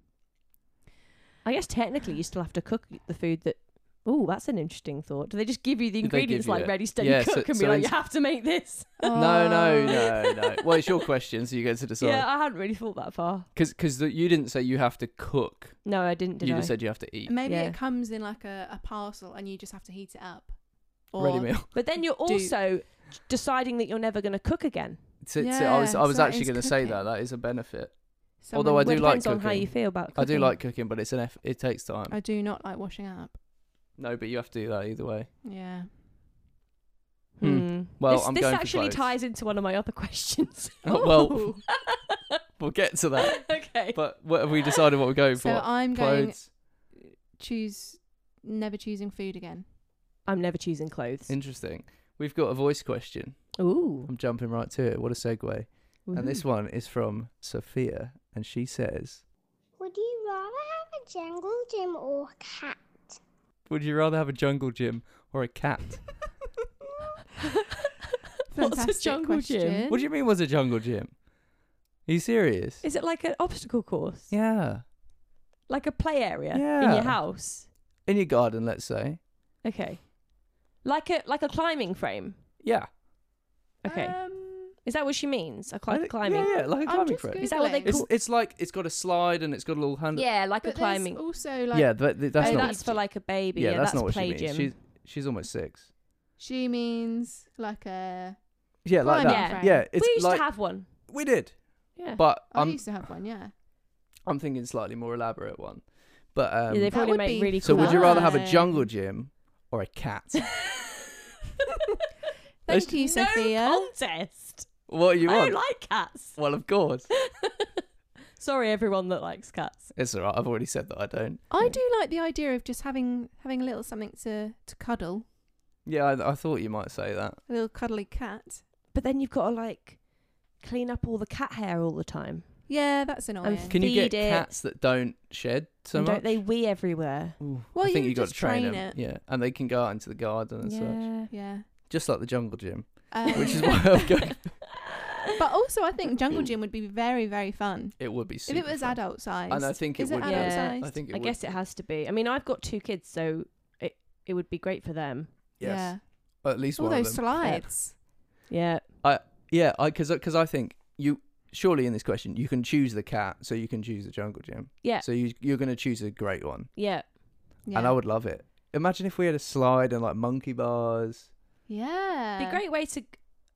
[SPEAKER 3] I guess technically you still have to cook the food that. Oh, that's an interesting thought. Do they just give you the
[SPEAKER 2] They give
[SPEAKER 3] ingredients
[SPEAKER 2] you
[SPEAKER 3] like
[SPEAKER 2] it.
[SPEAKER 3] ready, steady,
[SPEAKER 2] Yeah, so-
[SPEAKER 3] cook, and
[SPEAKER 2] so
[SPEAKER 3] be like,
[SPEAKER 2] ins-
[SPEAKER 3] you have to make this?
[SPEAKER 2] No, no,
[SPEAKER 1] Oh.
[SPEAKER 2] no, no. Well, it's your question, so you get to decide.
[SPEAKER 3] Yeah, I hadn't really thought that far.
[SPEAKER 2] Because you didn't say you have to cook.
[SPEAKER 3] No, I didn't. Did
[SPEAKER 2] you
[SPEAKER 3] I?
[SPEAKER 2] just said you have to eat.
[SPEAKER 1] Maybe
[SPEAKER 3] Yeah.
[SPEAKER 1] it comes in like a, a parcel and you just have to heat it up.
[SPEAKER 2] Ready meal.
[SPEAKER 3] but then you're
[SPEAKER 1] Do-
[SPEAKER 3] also deciding that you're never going to cook again.
[SPEAKER 2] So, so I was,
[SPEAKER 1] Yeah,
[SPEAKER 2] I was
[SPEAKER 1] so that
[SPEAKER 2] actually
[SPEAKER 1] is
[SPEAKER 2] going to say that.
[SPEAKER 1] cooking.
[SPEAKER 2] That is a benefit.
[SPEAKER 1] someone
[SPEAKER 2] Although I
[SPEAKER 1] would-
[SPEAKER 2] do
[SPEAKER 3] Well, it
[SPEAKER 2] like
[SPEAKER 3] depends on how
[SPEAKER 2] cooking.
[SPEAKER 3] you feel about.
[SPEAKER 2] I do
[SPEAKER 3] cooking.
[SPEAKER 2] like cooking, but it's an eff- it takes time.
[SPEAKER 1] I do not like washing up.
[SPEAKER 2] No, but you have to do that either way.
[SPEAKER 1] Yeah.
[SPEAKER 2] Hmm. Well,
[SPEAKER 3] this,
[SPEAKER 2] I'm
[SPEAKER 3] this
[SPEAKER 2] going for
[SPEAKER 3] actually
[SPEAKER 2] clothes.
[SPEAKER 3] ties into one of my other questions.
[SPEAKER 2] Oh, well, We'll get to that.
[SPEAKER 3] okay.
[SPEAKER 2] But what have we decided what we're going
[SPEAKER 1] So
[SPEAKER 2] for?
[SPEAKER 1] I'm going
[SPEAKER 2] Clothes.
[SPEAKER 1] choose never choosing food again.
[SPEAKER 3] I'm never choosing clothes.
[SPEAKER 2] Interesting. We've got a voice question.
[SPEAKER 3] Ooh.
[SPEAKER 2] I'm jumping right to it. What a segue. And
[SPEAKER 1] Mm-hmm.
[SPEAKER 2] this one is from Sophia, and she says,
[SPEAKER 4] Would you rather have a jungle gym or a cat?
[SPEAKER 2] Would you rather have a jungle gym or a cat?
[SPEAKER 1] Fantastic
[SPEAKER 3] What's a jungle gym?
[SPEAKER 1] question.
[SPEAKER 2] what do you mean was a jungle gym? Are you serious?
[SPEAKER 3] Is it like an obstacle course?
[SPEAKER 2] yeah.
[SPEAKER 3] Like a play area in
[SPEAKER 2] Yeah.
[SPEAKER 3] your house?
[SPEAKER 2] In your garden, let's say.
[SPEAKER 3] Okay. Like a like a climbing frame.
[SPEAKER 2] Yeah.
[SPEAKER 3] Okay.
[SPEAKER 1] Um,
[SPEAKER 3] Is that what she means? A
[SPEAKER 2] I
[SPEAKER 3] cli-
[SPEAKER 2] think-
[SPEAKER 3] climbing.
[SPEAKER 2] Yeah, yeah, like a
[SPEAKER 1] I'm
[SPEAKER 2] climbing
[SPEAKER 1] just
[SPEAKER 2] frame.
[SPEAKER 1] Googling.
[SPEAKER 3] Is that what they
[SPEAKER 2] It's,
[SPEAKER 3] call-
[SPEAKER 2] it's like it's got a slide and it's got a little handle.
[SPEAKER 3] Yeah, like
[SPEAKER 1] but
[SPEAKER 3] a
[SPEAKER 1] there's
[SPEAKER 3] climbing.
[SPEAKER 1] Also, like,
[SPEAKER 2] yeah, but th- that's
[SPEAKER 3] oh,
[SPEAKER 2] not.
[SPEAKER 3] that's for like a baby.
[SPEAKER 2] yeah, that's, not what
[SPEAKER 3] play
[SPEAKER 2] she means.
[SPEAKER 3] gym.
[SPEAKER 2] She's she's almost six.
[SPEAKER 1] she means like a.
[SPEAKER 2] Yeah, like
[SPEAKER 1] Climbing
[SPEAKER 2] that.
[SPEAKER 1] frame.
[SPEAKER 2] Yeah, it's
[SPEAKER 3] we used
[SPEAKER 2] like
[SPEAKER 3] to have Oh, one.
[SPEAKER 2] we did,
[SPEAKER 3] Yeah.
[SPEAKER 2] but
[SPEAKER 1] oh, I
[SPEAKER 2] I'm
[SPEAKER 1] used to have one. Yeah.
[SPEAKER 2] I'm thinking slightly more elaborate one. But um,
[SPEAKER 3] yeah they probably
[SPEAKER 1] would
[SPEAKER 3] make
[SPEAKER 1] be
[SPEAKER 3] really
[SPEAKER 2] so
[SPEAKER 3] cool.
[SPEAKER 2] would you rather have a
[SPEAKER 1] fun.
[SPEAKER 2] jungle gym or a cat?
[SPEAKER 1] Thank
[SPEAKER 2] Let's-
[SPEAKER 1] you,
[SPEAKER 3] no
[SPEAKER 1] Sophia.
[SPEAKER 3] contest.
[SPEAKER 2] what do you
[SPEAKER 3] I
[SPEAKER 2] want?
[SPEAKER 3] don't like cats.
[SPEAKER 2] well, of course,
[SPEAKER 3] Sorry, everyone that likes cats.
[SPEAKER 2] it's alright. I've already said that I don't.
[SPEAKER 1] I do like the idea of just having having a little something to to cuddle,
[SPEAKER 2] Yeah, I, I thought you might say that.
[SPEAKER 1] a little cuddly cat.
[SPEAKER 3] But then you've got to like clean up all the cat hair all the time.
[SPEAKER 1] Yeah, that's annoying.
[SPEAKER 3] f-
[SPEAKER 2] Can you get
[SPEAKER 3] Feed it.
[SPEAKER 2] cats that don't shed so
[SPEAKER 3] and
[SPEAKER 2] much?
[SPEAKER 3] don't they wee everywhere?
[SPEAKER 2] Ooh,
[SPEAKER 1] Well,
[SPEAKER 2] I think
[SPEAKER 1] you
[SPEAKER 2] got to
[SPEAKER 1] just
[SPEAKER 2] train,
[SPEAKER 1] train
[SPEAKER 2] them.
[SPEAKER 1] it.
[SPEAKER 2] Yeah, and they can go out into the garden and such.
[SPEAKER 3] Yeah.
[SPEAKER 1] yeah.
[SPEAKER 2] just like the jungle gym,
[SPEAKER 1] Um,
[SPEAKER 2] which is why I'm going.
[SPEAKER 1] But also, I think Jungle Gym would be very, very fun
[SPEAKER 2] It would be
[SPEAKER 1] if
[SPEAKER 2] super
[SPEAKER 1] it was
[SPEAKER 2] fun.
[SPEAKER 1] adult size.
[SPEAKER 2] and I think it
[SPEAKER 1] is
[SPEAKER 2] would.
[SPEAKER 1] it
[SPEAKER 2] be.
[SPEAKER 1] adult
[SPEAKER 3] Yeah.
[SPEAKER 1] sized?
[SPEAKER 2] I think it
[SPEAKER 3] I
[SPEAKER 2] would.
[SPEAKER 3] guess it has to be. I mean, I've got two kids, so it it would be great for them.
[SPEAKER 2] yes.
[SPEAKER 1] Yeah.
[SPEAKER 2] At least
[SPEAKER 1] All
[SPEAKER 2] one of
[SPEAKER 1] those
[SPEAKER 2] them.
[SPEAKER 1] slides.
[SPEAKER 3] Yeah.
[SPEAKER 2] Yeah, I because because I think you surely in this question you can choose the cat, so you can choose the jungle gym.
[SPEAKER 3] Yeah.
[SPEAKER 2] So you you're gonna choose a great one,
[SPEAKER 3] Yeah.
[SPEAKER 1] Yeah.
[SPEAKER 2] and I would love it. Imagine if we had a slide and like monkey bars.
[SPEAKER 1] Yeah.
[SPEAKER 3] Be a great way to g-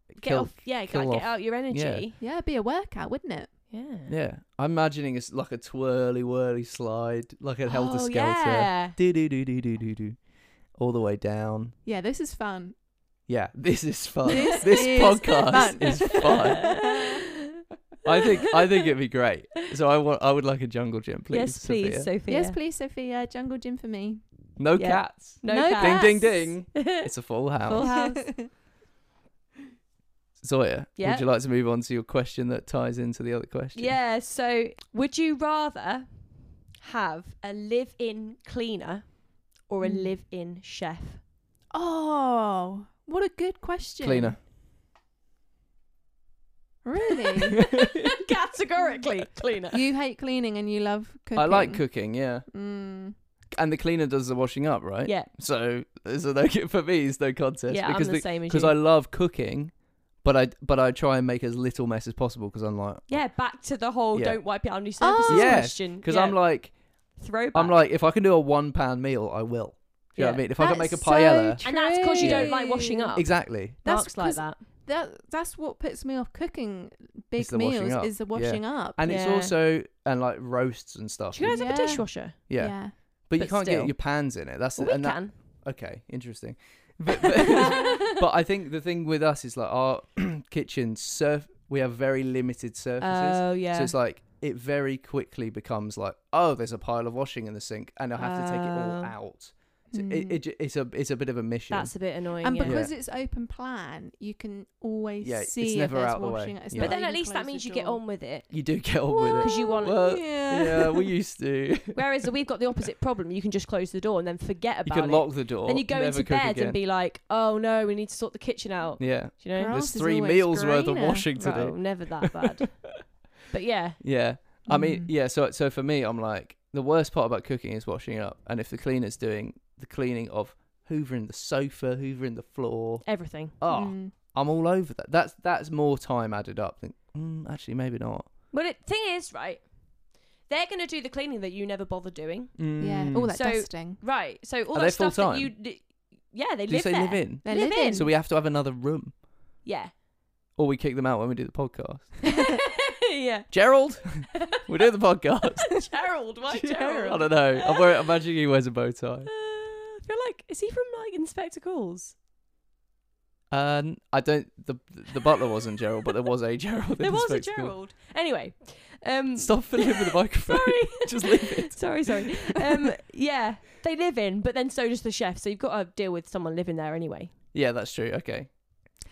[SPEAKER 3] get
[SPEAKER 2] Kill-
[SPEAKER 3] off. Yeah, get,
[SPEAKER 2] kill
[SPEAKER 3] get
[SPEAKER 2] off-
[SPEAKER 3] out your energy.
[SPEAKER 1] Yeah, it'd be a workout, wouldn't it?
[SPEAKER 3] Yeah.
[SPEAKER 2] Yeah, I'm imagining it's like a twirly whirly slide, like a helter
[SPEAKER 3] Oh,
[SPEAKER 2] skelter.
[SPEAKER 3] yeah.
[SPEAKER 2] Do do do do do do do, all the way down.
[SPEAKER 1] Yeah, this is fun.
[SPEAKER 2] Yeah, this is fun.
[SPEAKER 1] This
[SPEAKER 2] This,
[SPEAKER 1] is fun.
[SPEAKER 2] podcast is fun. I think I think it'd be great. So I want I would like a jungle gym, please.
[SPEAKER 3] yes, please,
[SPEAKER 2] Sophia.
[SPEAKER 3] Sophia.
[SPEAKER 1] Yes, please, Sophia. Jungle Gym for me.
[SPEAKER 2] No
[SPEAKER 3] Yeah.
[SPEAKER 2] cats.
[SPEAKER 3] No,
[SPEAKER 1] No
[SPEAKER 3] cats.
[SPEAKER 2] Ding ding ding. It's a full house.
[SPEAKER 3] Full house.
[SPEAKER 2] Zoya,
[SPEAKER 3] Yeah.
[SPEAKER 2] would you like to move on to your question that ties into the other question?
[SPEAKER 3] yeah. So, would you rather have a live-in cleaner or a
[SPEAKER 2] Hmm.
[SPEAKER 1] Mm.
[SPEAKER 3] live-in chef?
[SPEAKER 1] Oh, what a good question.
[SPEAKER 2] Cleaner.
[SPEAKER 1] Really?
[SPEAKER 3] Categorically, cleaner.
[SPEAKER 1] you hate cleaning and you love cooking.
[SPEAKER 2] I like cooking, yeah.
[SPEAKER 1] Mm.
[SPEAKER 2] And the cleaner does the washing up, right?
[SPEAKER 3] Yeah.
[SPEAKER 2] So, so no, for me, it's no contest
[SPEAKER 3] yeah,
[SPEAKER 2] because
[SPEAKER 3] I'm the, same as
[SPEAKER 2] because
[SPEAKER 3] you.
[SPEAKER 2] I love cooking, but I but I try and make as little mess as possible because I'm like
[SPEAKER 3] yeah, back to the whole
[SPEAKER 2] Yeah.
[SPEAKER 3] don't wipe it on your surfaces
[SPEAKER 1] Oh.
[SPEAKER 2] Yeah,
[SPEAKER 3] question.
[SPEAKER 2] because
[SPEAKER 3] yeah.
[SPEAKER 2] I'm like
[SPEAKER 3] throwback.
[SPEAKER 2] I'm like if I can do a one pound meal, I will. Do you know what I
[SPEAKER 3] Yeah.
[SPEAKER 2] mean? If I can make
[SPEAKER 1] That's
[SPEAKER 2] a
[SPEAKER 1] so
[SPEAKER 2] paella,
[SPEAKER 3] and that's because you don't
[SPEAKER 1] true.
[SPEAKER 3] like washing up.
[SPEAKER 2] exactly.
[SPEAKER 1] That's
[SPEAKER 3] Mark's like
[SPEAKER 1] 'cause-
[SPEAKER 3] that.
[SPEAKER 1] That, that's what puts me off cooking big
[SPEAKER 2] It's the washing
[SPEAKER 1] meals
[SPEAKER 2] up.
[SPEAKER 1] is the
[SPEAKER 2] Yeah.
[SPEAKER 1] washing up.
[SPEAKER 2] And it's
[SPEAKER 3] Yeah.
[SPEAKER 2] also and like roasts and stuff.
[SPEAKER 3] Do you guys have
[SPEAKER 1] Yeah.
[SPEAKER 3] a dishwasher?
[SPEAKER 2] yeah. but you
[SPEAKER 3] But
[SPEAKER 2] can't
[SPEAKER 3] still.
[SPEAKER 2] get your pans in it. That's the,
[SPEAKER 3] Well, we
[SPEAKER 2] and that,
[SPEAKER 3] can.
[SPEAKER 2] okay, interesting. But, but, but I think the thing with us is like our kitchen surf. We have very limited surfaces,
[SPEAKER 3] Oh yeah.
[SPEAKER 2] so it's like it very quickly becomes like, oh, there's a pile of washing in the sink, and I have to take it all
[SPEAKER 3] Oh. Hmm.
[SPEAKER 2] out. So
[SPEAKER 1] Mm.
[SPEAKER 2] it, it, ju- it's a it's a bit of a mission.
[SPEAKER 3] That's a bit annoying.
[SPEAKER 1] and
[SPEAKER 3] yeah.
[SPEAKER 1] because it's open plan, you can always
[SPEAKER 2] Yeah, it's
[SPEAKER 1] see if
[SPEAKER 2] never
[SPEAKER 1] there's
[SPEAKER 2] out the way.
[SPEAKER 1] washing. It's
[SPEAKER 2] Yeah.
[SPEAKER 1] not
[SPEAKER 3] but then
[SPEAKER 1] you
[SPEAKER 3] at least that
[SPEAKER 1] close the
[SPEAKER 3] means you get
[SPEAKER 1] door.
[SPEAKER 3] on with it.
[SPEAKER 2] you do get on with it.
[SPEAKER 3] 'Cause you want-
[SPEAKER 2] Well,
[SPEAKER 1] yeah.
[SPEAKER 2] Yeah, we used to.
[SPEAKER 3] Whereas we have got the opposite problem. You can just close the door and then forget
[SPEAKER 2] you
[SPEAKER 3] about
[SPEAKER 2] can
[SPEAKER 3] it.
[SPEAKER 2] lock the door.
[SPEAKER 3] then you go
[SPEAKER 2] never
[SPEAKER 3] into
[SPEAKER 2] cook
[SPEAKER 3] bed
[SPEAKER 2] again.
[SPEAKER 3] and be "Oh, like, "Oh no, we need to sort the kitchen out."
[SPEAKER 2] yeah.
[SPEAKER 3] Do you know?
[SPEAKER 1] Grass
[SPEAKER 2] There's
[SPEAKER 1] is
[SPEAKER 2] three
[SPEAKER 1] always
[SPEAKER 2] meals worth of
[SPEAKER 1] greener.
[SPEAKER 2] washing to
[SPEAKER 3] No,
[SPEAKER 2] do.
[SPEAKER 3] never that bad. but yeah,
[SPEAKER 2] Yeah. I mean,
[SPEAKER 1] Mm.
[SPEAKER 2] yeah. So, so for me, I'm like the worst part about cooking is washing up, and if the cleaner's doing the cleaning of hoovering the sofa, hoovering the floor,
[SPEAKER 3] everything.
[SPEAKER 2] oh,
[SPEAKER 1] Mm.
[SPEAKER 2] I'm all over that. That's that's more time added up. Than, mm, actually, maybe not.
[SPEAKER 3] Well, the thing is, right? They're going to do the cleaning that you never bother doing.
[SPEAKER 1] yeah,
[SPEAKER 2] Mm.
[SPEAKER 1] all that
[SPEAKER 3] So-
[SPEAKER 1] dusting.
[SPEAKER 3] Right. So all
[SPEAKER 2] Are they
[SPEAKER 3] that stuff that
[SPEAKER 2] full-time?
[SPEAKER 3] you d- Yeah, they
[SPEAKER 2] Did you
[SPEAKER 3] live
[SPEAKER 2] say
[SPEAKER 3] there.
[SPEAKER 2] live in?
[SPEAKER 1] They
[SPEAKER 3] Live
[SPEAKER 1] live
[SPEAKER 3] in.
[SPEAKER 1] in.
[SPEAKER 2] So we have to have another room,
[SPEAKER 3] Yeah.
[SPEAKER 2] or we kick them out when we do the podcast.
[SPEAKER 3] yeah.
[SPEAKER 2] Gerald, we're doing the podcast.
[SPEAKER 3] Gerald, why Gerald?
[SPEAKER 2] I don't know. I'm, wearing, I'm imagining he wears a bow
[SPEAKER 3] Uh,
[SPEAKER 2] tie.
[SPEAKER 3] I feel like is he from like Inspector Calls?
[SPEAKER 2] Um, I don't. The the butler wasn't Gerald, but there was a Gerald. in
[SPEAKER 3] There was a
[SPEAKER 2] Spectacle.
[SPEAKER 3] Gerald. Anyway, um,
[SPEAKER 2] Stop fiddling with the microphone.
[SPEAKER 3] sorry,
[SPEAKER 2] Just leave it.
[SPEAKER 3] sorry, sorry. Um, yeah, they live in, but then so does the chef. So you've got to deal with someone living there anyway.
[SPEAKER 2] Yeah, that's true. Okay.